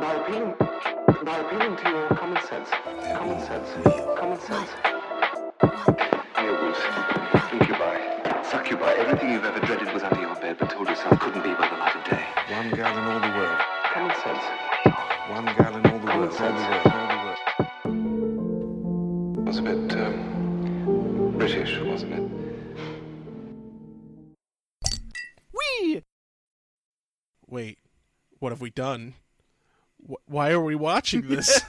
Speaker 13: By appealing, by appealing to your common sense, common sense, common sense. Werewolves, incubi, succubi, everything you've ever dreaded was under your bed, but told yourself couldn't be by the light of day. One girl in all the world. Common sense. One girl in all the world. Sense. It was a bit um, British, wasn't it?
Speaker 8: Wee!
Speaker 1: Wait, what have we done? Wh- why are we watching this?